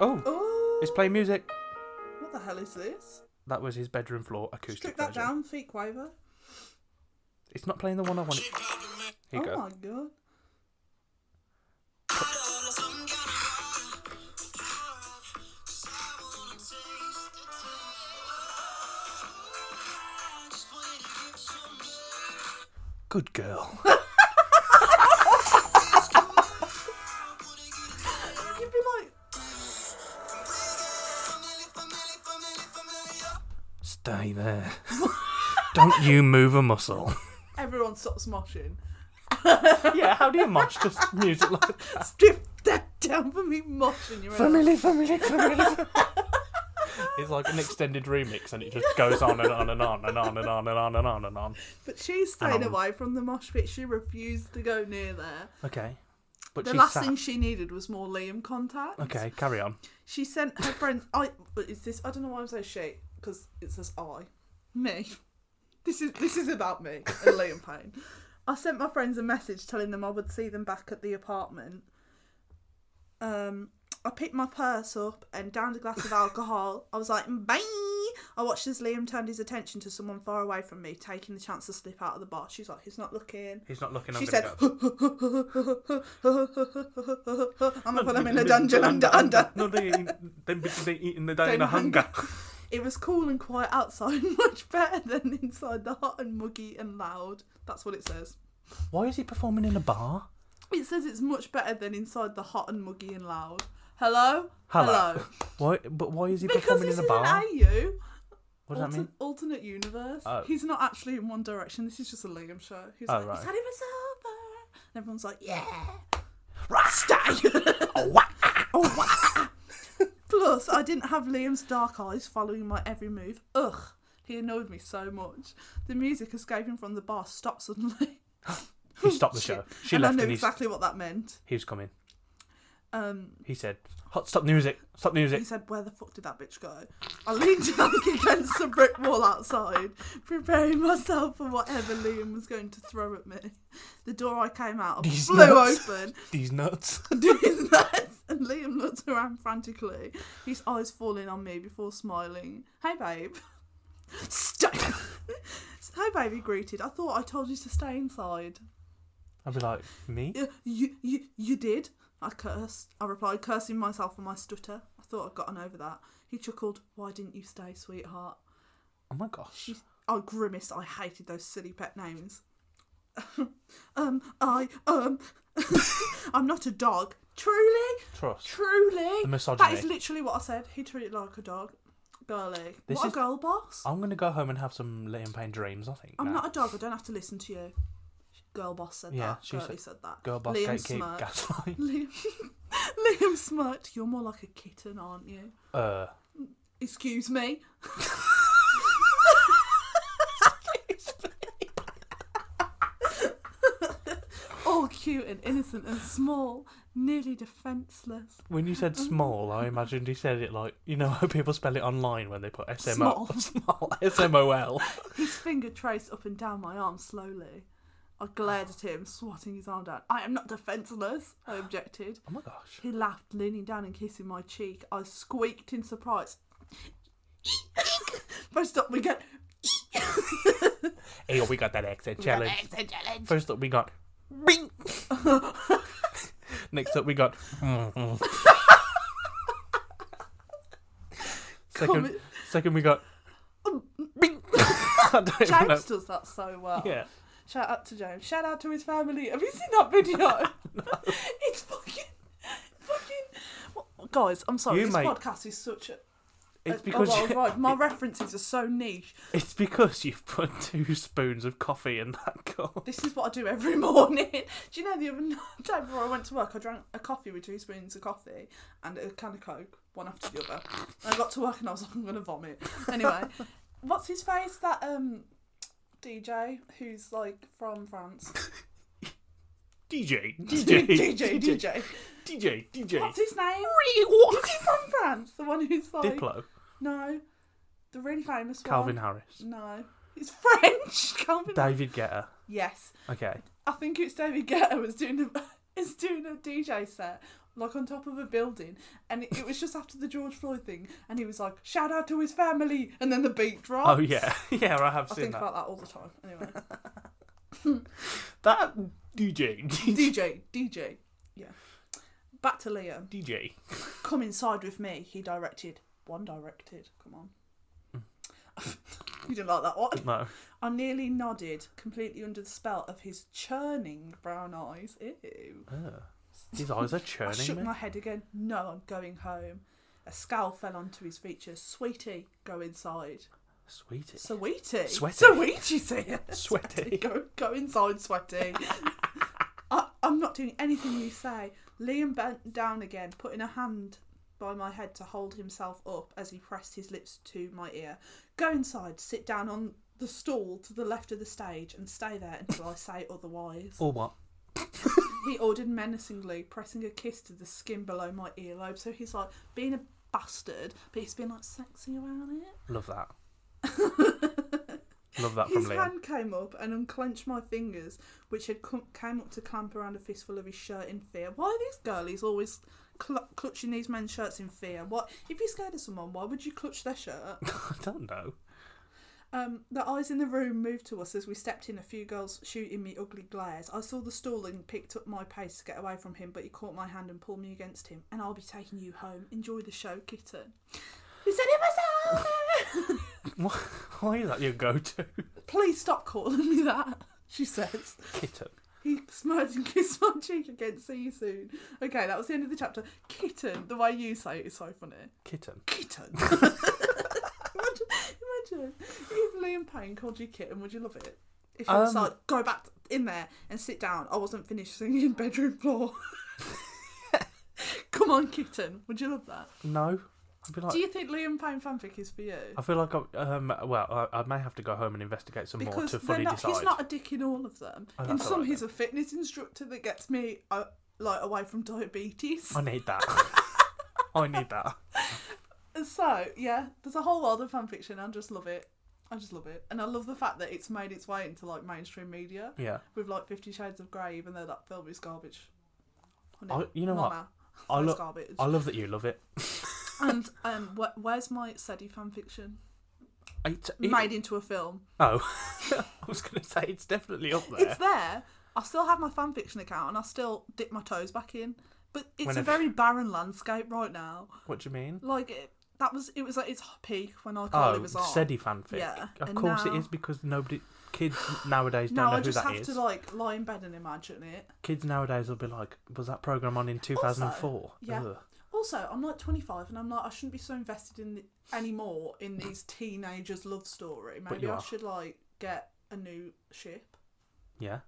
Oh, Oh. it's playing music. What the hell is this? That was his bedroom floor acoustic Strip that version. down, feet quaver. It's not playing the one I want. it- Here oh you go. my god. Good girl. You'd be like, Stay there. Don't you move a muscle. everyone stops moshing. yeah, how do you mosh to s- music like that? Strip that down for me, moshing. You're in Family, family, family. it's like an extended remix, and it just goes on and on and on and on and on and on and on and on. But she's staying Um, away from the mosh pit. She refused to go near there. Okay, but The she last sat. thing she needed was more Liam contact. Okay, carry on. She sent her friends. I but is this? I don't know why I'm saying she because it says I, me. This is this is about me and Liam Payne. I sent my friends a message telling them I would see them back at the apartment. Um, I picked my purse up and downed a glass of alcohol. I was like, bye. I watched as Liam turned his attention to someone far away from me, taking the chance to slip out of the bar. She's like, he's not looking. He's not looking. She I'm said, gonna go. I'm gonna put him in a dungeon under under. No, they ain't. Them bitches ain't eating. They dying Don't of hunger. It was cool and quiet outside, much better than inside the hot and muggy and loud. That's what it says. Why is he performing in a bar? It says it's much better than inside the hot and muggy and loud. Hello? Hello. Why? But why is he Because performing this in a is bar? an AU. What does that Altern- mean? Alternate universe. Oh. He's not actually in One Direction. This is just a Liam show. He's Oh, like, right. is that even sober? And everyone's like, yeah. Stay. Oh, Oh, Plus, I didn't have Liam's dark eyes following my every move. Ugh. He annoyed me so much. The music escaping from the bar stopped suddenly. He stopped the show. She and left, I knew and he's, exactly what that meant. he was coming. Um, He said, "Hot, stop the music! Stop the he music!" said, Where the fuck did that bitch go? I leaned back against the brick wall outside, preparing myself for whatever Liam was going to throw at me. The door I came out of These flew nuts. open, These nuts. do his nuts, and Liam looked around frantically, his eyes falling on me before smiling. Hey, babe. Stay. Hey, babe, he greeted. I thought I told you to stay inside. I'd be like, "Me? "Y- You, you, you did? I cursed. I replied, cursing myself for my stutter. I thought I'd gotten over that. He chuckled, Why didn't you stay, sweetheart? Oh my gosh! I grimaced. I hated those silly pet names. um, I, um, I'm not a dog. Truly? Trust Truly? the That is misogyny." literally what I said. He treated like a dog. Girly. This is- Oh, what a girl boss. I'm gonna go home and have some Liam Payne dreams. I think. I'm now. not a dog. I don't have to listen to you. Girl boss said Yeah, that. she Girly said, that. Girl boss, Liam gatekeep, smirked. gaslight. Liam, Liam smirked. You're more like a kitten, aren't you? Uh, Excuse me. All cute and innocent and small, nearly defenceless. when you said small, I imagined he said it like you know how people spell it online when they put S M O Small. small S M O L. Oh His finger traced up and down my arm slowly. I glared at him, swatting his arm down. I am not defenceless, I objected. Oh my gosh! He laughed, leaning down and kissing my cheek. I squeaked in surprise. First up, we get Hey, we got that accent challenge. Accent challenge. First up, we got bing. Next up, we got. second, Comment- second, we got. bing. I don't even know. James does that so well. Yeah, Shout out to James. Shout out to his family. Have you seen that video? It's fucking, fucking. Guys, I'm sorry. You this make- podcast is such a. it's a- because a wild ride. my references are so niche. it's because you've put two spoons of coffee in that cup. This is what I do every morning. Do you know the other day before I went to work, I drank a coffee with two spoons of coffee and a can of Coke, one after the other. And I got to work and I was like, I'm gonna vomit. Anyway, what's his face? That um DJ who's like from France. DJ, DJ, DJ, DJ. DJ, DJ. What's his name? Is he from France? The one who's like Diplo, no, the really famous Calvin one. Harris, No, he's French. Calvin. David Guetta. yes, Okay, I think it's David Guetta was doing a is doing a DJ set like on top of a building, and it, it was just after the George Floyd thing, and he was like, "Shout out to his family," and then the beat drops. oh yeah, yeah, I have I seen think that. about that all the time. Anyway, That DJ, DJ, DJ, DJ, yeah. Back to Liam. DJ. Come inside with me. He directed. One directed. Come on. Hmm. you didn't like that one. No, I nearly nodded, completely under the spell of his churning brown eyes. Ew. Ugh. his Oh. eyes are I churning. shook me. my head again. No, I'm going home. A scowl fell onto his features. Sweetie, go inside. Sweetie. Sweetie. Sweaty. Sweetie's here. Sweaty. Go, go inside, sweaty. I, I'm not doing anything you say. Liam bent down again, putting a hand by my head to hold himself up as he pressed his lips to my ear. Go inside, sit down on the stool to the left of the stage, and stay there until I say otherwise. Or Oh, what? He ordered menacingly, pressing a kiss to the skin below my earlobe. So he's like being a bastard, but he's been like sexy about it. Love that. Love that from His Liam. hand came up and unclenched my fingers, which had come, came up to clamp around a fistful of his shirt in fear. Why are these girlies always cl- clutching these men's shirts in fear? What if you're scared of someone? Why would you clutch their shirt? I don't know. Um, the eyes in the room moved to us as we stepped in, a few girls shooting me ugly glares. I saw the stall and picked up my pace to get away from him, but he caught my hand and pulled me against him. And I'll be taking you home. Enjoy the show, kitten. He said it myself! Why, why is that your go-to Please stop calling me that, she says. kitten? He smirked and kissed my cheek again. See you soon. Okay, that was the end of the chapter. Kitten, the way you say it is so funny. Kitten. Kitten. imagine, imagine if Liam Payne called you kitten, would you love it? If you Um, was like, go back in there and sit down. I wasn't finished singing bedroom floor. Come on, kitten. Would you love that? No. I'd be like. Do you think Liam Payne fanfic is for you? I feel like I, um, well, I, I may have to go home and investigate some more Because to they're fully not, decide. he's not a dick in all of them. Oh, in that's some, alright he's a fitness instructor that gets me uh, like away from diabetes. I need that. I need that. So yeah, there's a whole world of fan fiction. I just love it. I just love it, and I love the fact that it's made its way into like mainstream media Yeah. with like Fifty Shades of Grey, even though that film is garbage. I- Oh, you know what? Mama, I that's look. garbage. I love that you love it. and um, wh- where's my SETI fan fiction It's, it made into a film? Oh, I was going to say it's definitely up there. It's there. I still have my fan fiction account, and I still dip my toes back in. But it's Whenever- a very barren landscape right now. What do you mean? Like it, that was it was at its peak when I Oh, it was on. SEDI fanfic. Yeah, Of and course now- it is because nobody. Kids nowadays don't now know I who just that have is. to like lie in bed and imagine it. Kids nowadays will be like, "Was that program on in 2004?" yeah. Ugh. Also, I'm like 25 and I'm like, I shouldn't be so invested in the, anymore in these teenagers' love story. Mm. But Maybe you I are. should like get a new ship. yeah.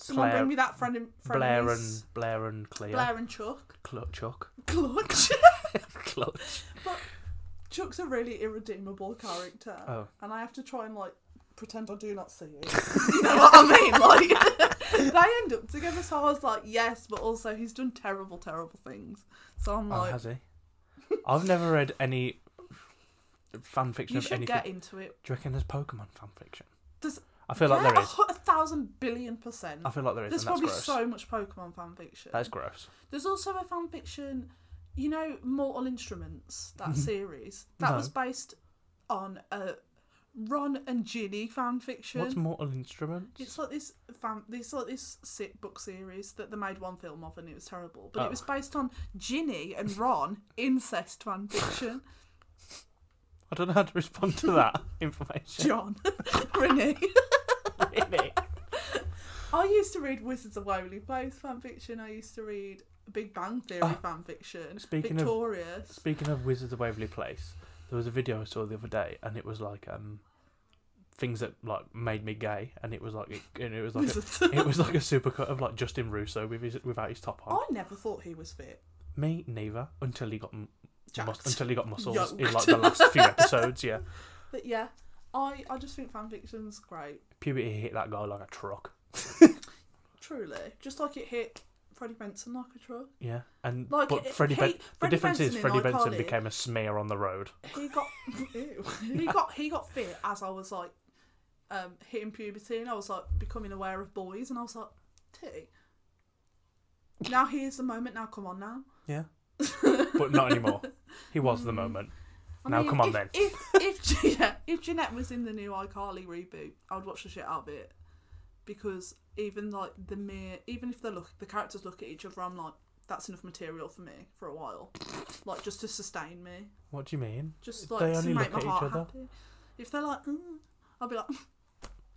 Someone Blair- bring me that friend and friend Blair who's- and Blair and Cleo. Blair and Chuck. Clu- Chuck. Clutch. Clutch. Chuck's a really irredeemable character, Oh. and I have to try and like pretend I do not see it. you know what I mean? Like they end up together, so I was like, yes, but also he's done terrible, terrible things. So I'm Oh, like, has he? I've never read any fan fiction you of should anything. get into it. Do you reckon there's Pokemon fan fiction? Does I feel like Yeah, there is. A, hu- a thousand billion percent. I feel like there is, There's and that's probably gross. so much Pokemon fan fiction. That's gross. There's also a fan fiction, you know, Mortal Instruments, that series. That Mm-hmm. No. was based on a Ron and Ginny fan fiction. What's Mortal Instruments? It's like this fan, this like this sit book series that they made one film of and it was terrible. But Oh. it was based on Ginny and Ron incest fan fiction. I don't know how to respond to that information. John, Renee. really. I used to read Wizards of Waverly Place fan fiction. I used to read Big Bang Theory Ah. fan fiction. Speaking of- Victorious. Speaking of Wizards of Waverly Place, there was a video I saw the other day, and it was like um, things that like made me gay, and it was like it, and it was like a, Wizards. it was like a supercut of like Justin Russo with his without his top on. I never thought he was fit. Me neither until he got m- mus- Jacked. until he got muscles in Yoked. like the last few episodes. Yeah, But yeah, I, I just think fan fiction's great. puberty hit that guy like a truck. Truly. Just like it hit Freddie Benson like a truck. Yeah, and Like, but it- Freddie he- ben- the Freddie difference Benson is in Freddie Benson iCarly. became a smear on the road. He got ew. he got he got fit as I was like um, hitting puberty and I was like becoming aware of boys and I was like, T now here's the moment, now come on now. Yeah, but not anymore. He was Hmm. the moment. I Now, mean, come on if, then. If if yeah, if Jeanette was in the new iCarly reboot, I'd watch the shit out of it because even like the mere even if they look the characters look at each other, I'm like that's enough material for me for a while, like just to sustain me, What do you mean? just They like to only look make my at each heart other. happy. If they're like, mm, I'll be like,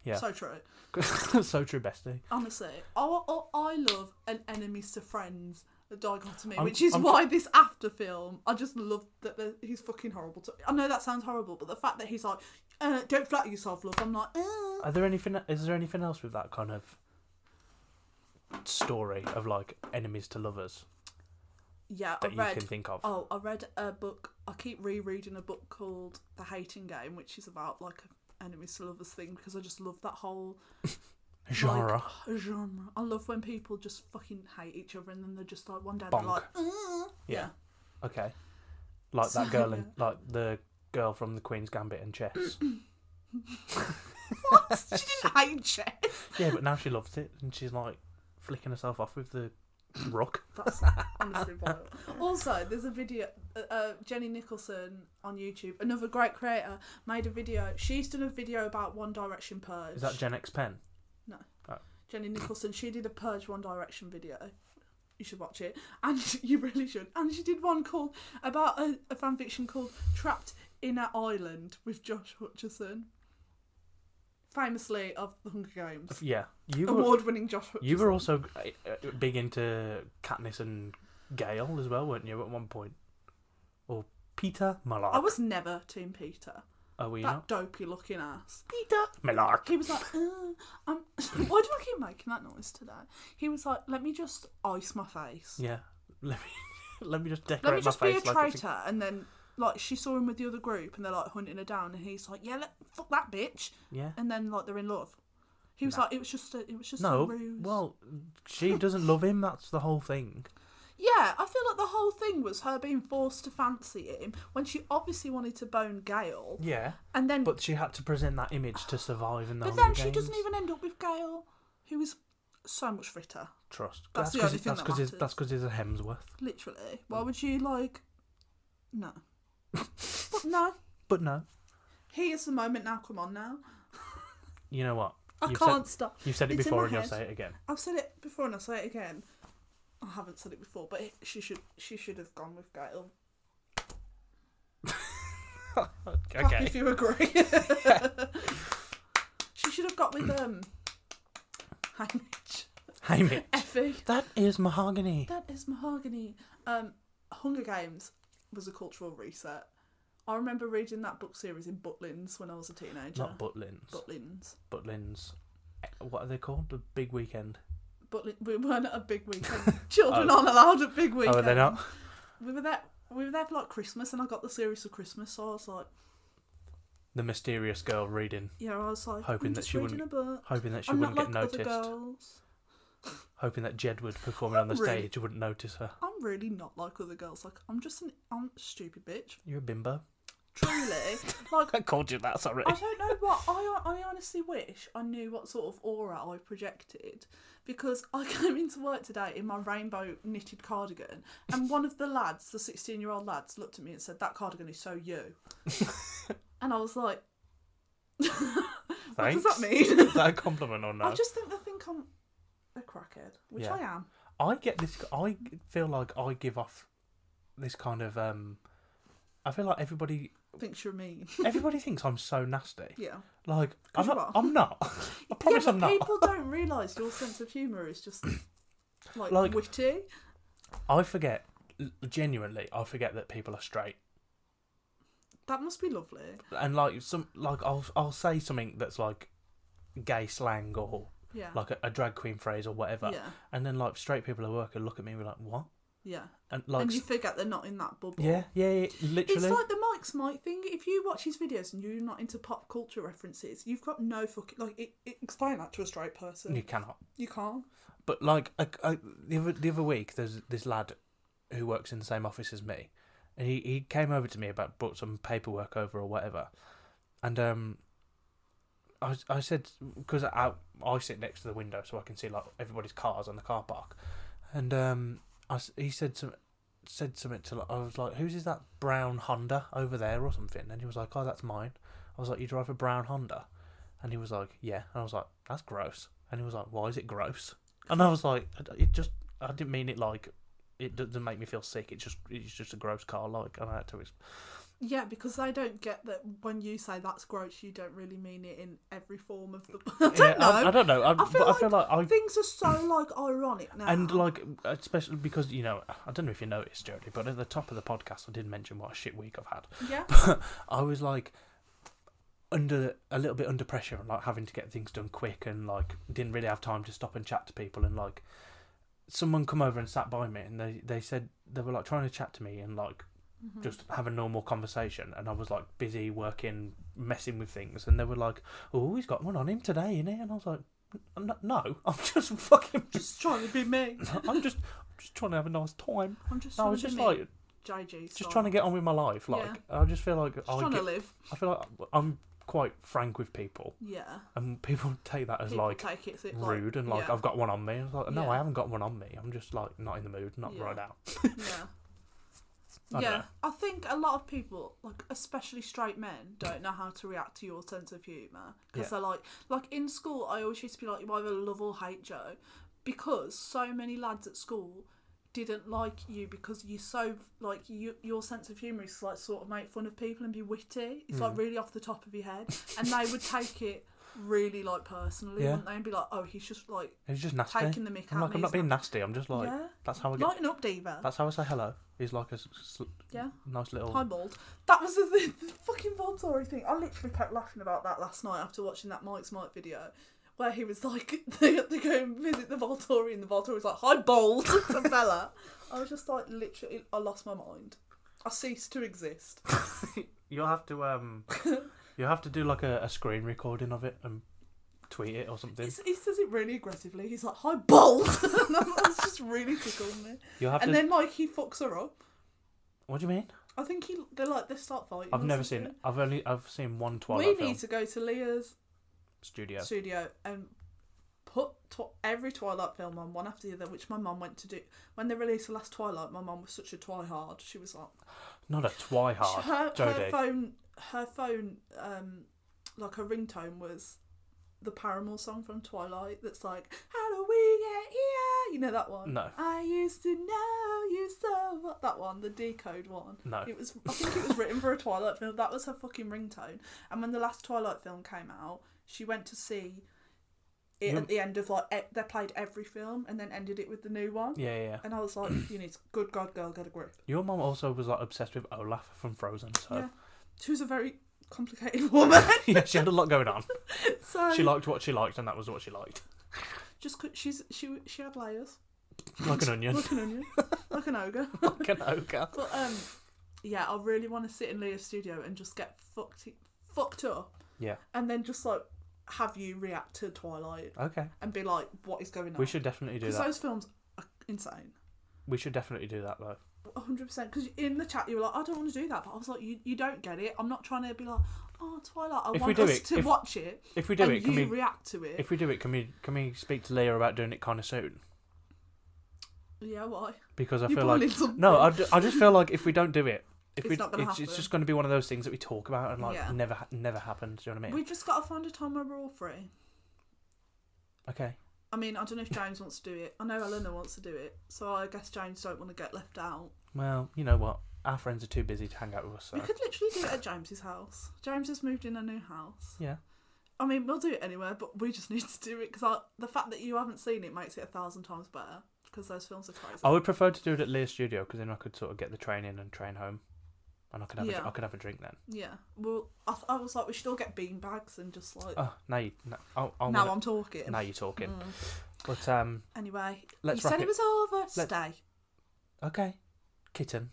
Yeah. so true. so true, bestie. Honestly, I, I, I love an enemies to friends dichotomy, I'm- which is I'm- why this after film, I just love that the- he's fucking horrible. To, I know that sounds horrible, but the fact that he's like, uh, don't flatter yourself, love. I'm like, uh. Are there anything? Is there anything else with that kind of story of like enemies to lovers yeah. I that you read. can think of? Oh, I read a book. I keep rereading a book called The Hating Game, which is about like a enemies to lovers thing because I just love that whole Genre. like, genre. I love when people just fucking hate each other and then they're just like one day Bonk. they're like, uh. Yeah. okay. Like that So- girl in like the girl from the Queen's Gambit and chess. what? She didn't hate chess. Yeah, but now she loves it and she's like flicking herself off with the rock. That's honestly wild. Also, there's a video. Uh, uh, Jenny Nicholson on YouTube, another great creator, made a video. She's done a video about One Direction purge. Is that Gen X Pen? Jenny Nicholson? She did a purge One Direction video. You should watch it, and you really should. And she did one called about a, a fan fiction called "Trapped in an Island" with Josh Hutcherson, famously of the Hunger Games, Yeah. You were, award-winning Josh Hutcherson. you were also uh, uh, big into Katniss and Gale as well, weren't you, at one point? Or Peter Malark. I was never Team Peter. Are we That not? dopey looking ass. Peter Malark. He was like, uh, I'm... why do I keep making that noise today? He was like, let me just ice my face. Yeah. Let me let me just decorate let me just my be a face traitor. like it's And then, like, she saw him with the other group and they're like hunting her down and he's like, yeah, let... fuck that bitch. Yeah. And then, like, they're in love. He was Nah. like, it was just a, it was just a No. ruse. Well, she doesn't love him, that's the whole thing. yeah, I feel like the whole thing was her being forced to fancy him when she obviously wanted to bone Gail, Yeah. and then But she had to present that image to survive in the But Hunger then she Games. doesn't even end up with Gail, who is so much fitter, trust. That's the because only it- thing that's that because he's matters. that's because he's a Hemsworth. literally. Mm. Why would you like? No. but no, But no, he is the moment now. Come on now, you know what? I You've can't stop. Said, you've said it It's in before, my and you'll head. say it again. I've said it before and I'll say it again. I haven't said it before, but it, she should she should have gone with Gail. Clap Okay. if you agree. she should have got with um. Hi, Mitch. Hey, mate. Effie. That is mahogany. That is mahogany. Um, Hunger Games was a cultural reset. I remember reading that book series in Butlins when I was a teenager. Not Butlins. Butlins. Butlins. eh, What are they called? The big weekend. Butlin. We weren't at a big weekend. Children aren't allowed at big weekends. Oh, are they not? We were there. We were there for like Christmas, and I got the series for Christmas. So I was like, The mysterious girl reading, yeah, I was like, Hoping I'm that just she reading a book. hoping that she I'm wouldn't not get like other noticed, girls. hoping that Jedward performing on the Really? stage wouldn't notice her. I'm really not like other girls. Like I'm just an I'm a stupid bitch. You're a bimbo. Truly, like I called you that already. I don't know what I I honestly wish I knew what sort of aura I projected because I came into work today in my rainbow knitted cardigan and one of the lads, the 16 year old lads, looked at me and said, That cardigan is so you. and I was like, What does that mean? Is that a compliment or no? I just think they think I'm a crackhead, which Yeah. I am. I get this. I feel like I give off this kind of. um I feel like everybody Thinks you're mean. everybody thinks I'm so nasty. Yeah. Like I'm you not. are. I'm not. I promise yeah, I'm but not. people don't realise your sense of humour is just like, Like- witty. I forget. Genuinely, I forget that people are straight. That must be lovely. And like some, like I'll I'll say something that's like gay slang or Yeah. like a, a drag queen phrase or whatever, yeah. and then like straight people at work will look at me and be like, "What?" Yeah. And like, and you forget they're not in that bubble. yeah, yeah, yeah, literally. It's like the Mike's Mike thing. If you watch his videos and you're not into pop culture references, you've got no fucking like. It, it, explain that to a straight person. you cannot. You can't. But like I, I, the other the other week, there's this lad who works in the same office as me, and he, he came over to me about brought some paperwork over or whatever, and um, I was- I said because I I sit next to the window so I can see like everybody's cars on the car park, and um, I s he said some said something to like, I was like, whose is that brown Honda over there or something? And he was like, oh, that's mine. I was like, you drive a brown Honda, and he was like, yeah, and I was like, that's gross. And he was like, why is it gross? And I was like, I d- it just, I didn't mean it like, it doesn't make me feel sick. It's just, it's just a gross car, like, and I had to, ex- Yeah, because I don't get that when you say that's gross, you don't really mean it in every form of the. I don't Yeah, know. I, I don't know. I, I feel but I feel like I, Things are so like ironic now. and like, especially because you know, I don't know if you noticed, Jody, but at the top of the podcast, I did mention what a shit week I've had. yeah, I was like under a little bit under pressure and like having to get things done quick and like didn't really have time to stop and chat to people and like someone come over and sat by me and they they said they were like trying to chat to me and like Mm. just have a normal conversation and I was like busy working messing with things and they were like oh he's got one on him today innit? and I was like "N- no I'm just fucking just trying to be me. I'm just I'm just trying to have a nice time I'm just. I trying was to just be me. like JG. just trying to get on with my life like I just feel like Just I trying get to live. I feel like I'm quite frank with people, Yeah. and people take that as People like take it, so it, like, rude and like yeah. I've got one on me. I was like, no, Yeah. I haven't got one on me. I'm just like not in the mood, not Yeah. right now. Yeah. I don't yeah, know. I think a lot of people, like especially straight men, don't know how to react to your sense of humour because Yeah. they're like, like in school, I always used to be like, you either love or hate Joe, because so many lads at school didn't like you because you so like you, your sense of humour is like sort of make fun of people and be witty. It's Mm. like really off the top of your head, and they would take it really like personally, Yeah. wouldn't they? And be like, oh, he's just like It's just nasty. taking the mick I'm like, at me, I'm not isn't being nasty. I'm just like, Yeah. that's how I get. lighten up, diva. That's how I say hello. Is like a s- s- yeah. nice little. Piebald. That was the, the, the fucking Volturi thing. I literally kept laughing about that last night after watching that Mike's Mike video. Where he was like, they, they go and visit the Volturi, and the Volturi was like, "Hi, bold," to Bella. I was just like, literally, I lost my mind. I ceased to exist. You'll have to um, you'll have to do like a, a screen recording of it and tweet it or something. It's, he says it really aggressively. He's like, "Hi, bold," and I was just really tickling me. You'll have And to. then like he fucks her up. what do you mean? I think he they like they start fighting. I've or never something. seen. I've only. I've seen one Twilight We film need to go to Leah's studio. studio and put tw- every Twilight film on one after the other, which my mum went to do. When they released the last Twilight, my mum was such a twihard. She was like, Not a Twihard. her, her Jodie. phone, her phone, um, like her ringtone was the Paramore song from Twilight. That's like, how do we get here? You know that one. No. I used to know you so. well." That one, the decode one. No. It was. I think it was written for a Twilight film. That was her fucking ringtone. And when the last Twilight film came out, she went to see it You- at the end of like e- they played every film and then ended it with the new one. Yeah, yeah. yeah. And I was like, you need to, good god, girl, get a grip. Your mum also was like obsessed with Olaf from Frozen, so Yeah. She was a very complicated woman. yeah, she had a lot going on. so She liked what she liked, and that was what she liked, just 'cause she's she she had layers like an onion, like an onion, like an ogre. like an ogre. But um, yeah, I really want to sit in Leah's studio and just get fucked fucked up, Yeah. and then just like have you react to Twilight Okay. and be like, what is going on? We should definitely do because that. those films are insane. We should definitely do that though. 100% because in the chat you were like I don't want to do that but I was like you, you don't get it I'm not trying to be like oh Twilight I If we want do us it- to if- watch it If we do and it, you can we? react to it if we do it, can we? Can we speak to Leah about doing it kind of soon? yeah why Because I you're feel like boiling something. no, I, ju- I just feel like if we don't do it, if It's we, not gonna it's, it's happen. just going to be one of those things that we talk about and like Yeah. never ha- never happens. Do you know what I mean? we just gotta find a time where we're all free okay. I mean, I don't know if James wants to do it. I know Eleanor wants to do it, so I guess James don't want to get left out. Well, you know what? Our friends are too busy to hang out with us. So We could literally do it at James's house. James has moved in a new house. yeah, I mean, we'll do it anywhere, but we just need to do it because the fact that you haven't seen it makes it a thousand times better because those films are crazy. I would prefer to do it at Leah's studio because then I could sort of get the train in and train home, and I could have a, Yeah. I could have a drink then. Yeah. Well, I, th- I was like, we should all get bean bags and just like. Oh, now you now, oh, I now wanna- I'm talking. now you're talking. Mm. But um, Anyway, Let's you wrap said it it. was over. Stay. okay, kitten,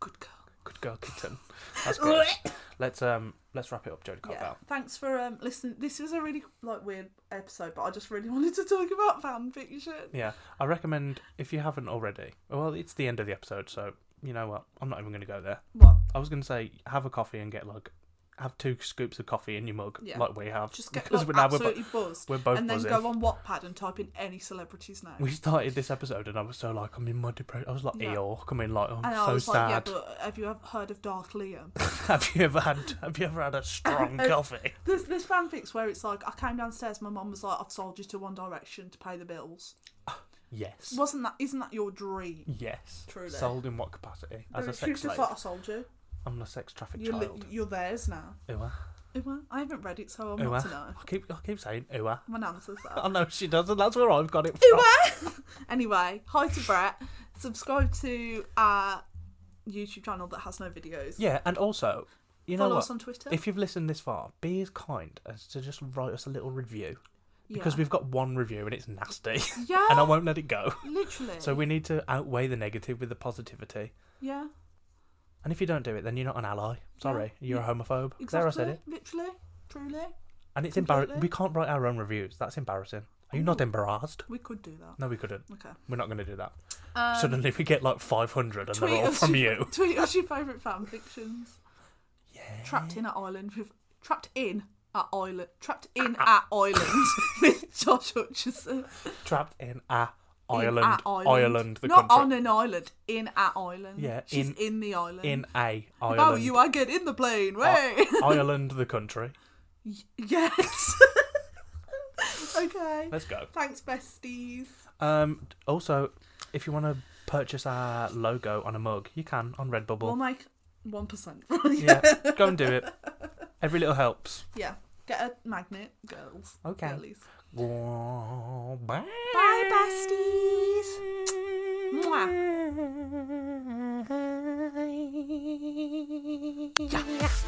Good girl. good girl, kitten. That's good. let's um, let's wrap it up, Jodie yeah. Carvel. Thanks for um listening. This was a really like weird episode, but I just really wanted to talk about fan fiction. Yeah, I recommend if you haven't already. Well, it's the end of the episode, so you know what? I'm not even going to go there. What? I was going to say have a coffee and get like have two scoops of coffee in your mug, Yeah. like we have, Just get because like, we're now we're, bo- absolutely buzzed, we're both and then buzzing. go on Wattpad and type in any celebrity's name. We started this episode and I was so like I'm in my depression. I was like Yeah. Eeyore, coming like oh, I'm and I so was sad. like, yeah, but have you ever heard of Dark Liam? have you ever had Have you ever had a strong Uh, coffee? there's there's fanfics where it's like I came downstairs, my mum was like, I've sold you to One Direction to pay the bills. Yes. Wasn't that? Isn't that your dream? Yes. Truly. Sold in what capacity? As a She sex was slave. just like, I sold you. I'm a sex trafficked You're, li- child. you're theirs now. Ooh, ah. Ooh, I haven't read it, so I'm Ooh, not ah. to know. I keep I keep saying ooh. ah. My nan says that. I know she does, and that's where I've got it from. Anyway, hi to Brett. Subscribe to our YouTube channel that has no videos. Yeah, and also, you know Follow what? us on Twitter. If you've listened this far, be as kind as to just write us a little review because yeah. we've got one review and it's nasty, yeah, and I won't let it go. literally. So we need to outweigh the negative with the positivity. yeah, And if you don't do it, then you're not an ally. Sorry, you're a homophobe. exactly. There, I said it. Literally, truly, And it's Completely. embarrassing. We can't write our own reviews. That's embarrassing. Are you not Ooh. embarrassed? we could do that. No, we couldn't. Okay. We're not going to do that. Um, Suddenly we get like 500 and they're all us from your- you. Tweet us your favourite fan fictions. Yeah. Trapped in an island with Trapped in at Island. Trapped in Ah. at Island with Josh Hutcherson. Trapped in a In island. at island. the Not country. on an island. In at Island. Yeah, She's in- in, the island. in Ah. a island. Oh, you are get in the plane. Way. Ireland, the country. yes. okay. Let's go. Thanks, besties. Um, also, if you want to purchase our logo on a mug, you can on We'll Redbubble. make one percent. yeah, go and do it. Every little helps. Yeah. Get a magnet, girls. Okay. Girlies. Bye. Bye, besties. Mwah. Yeah.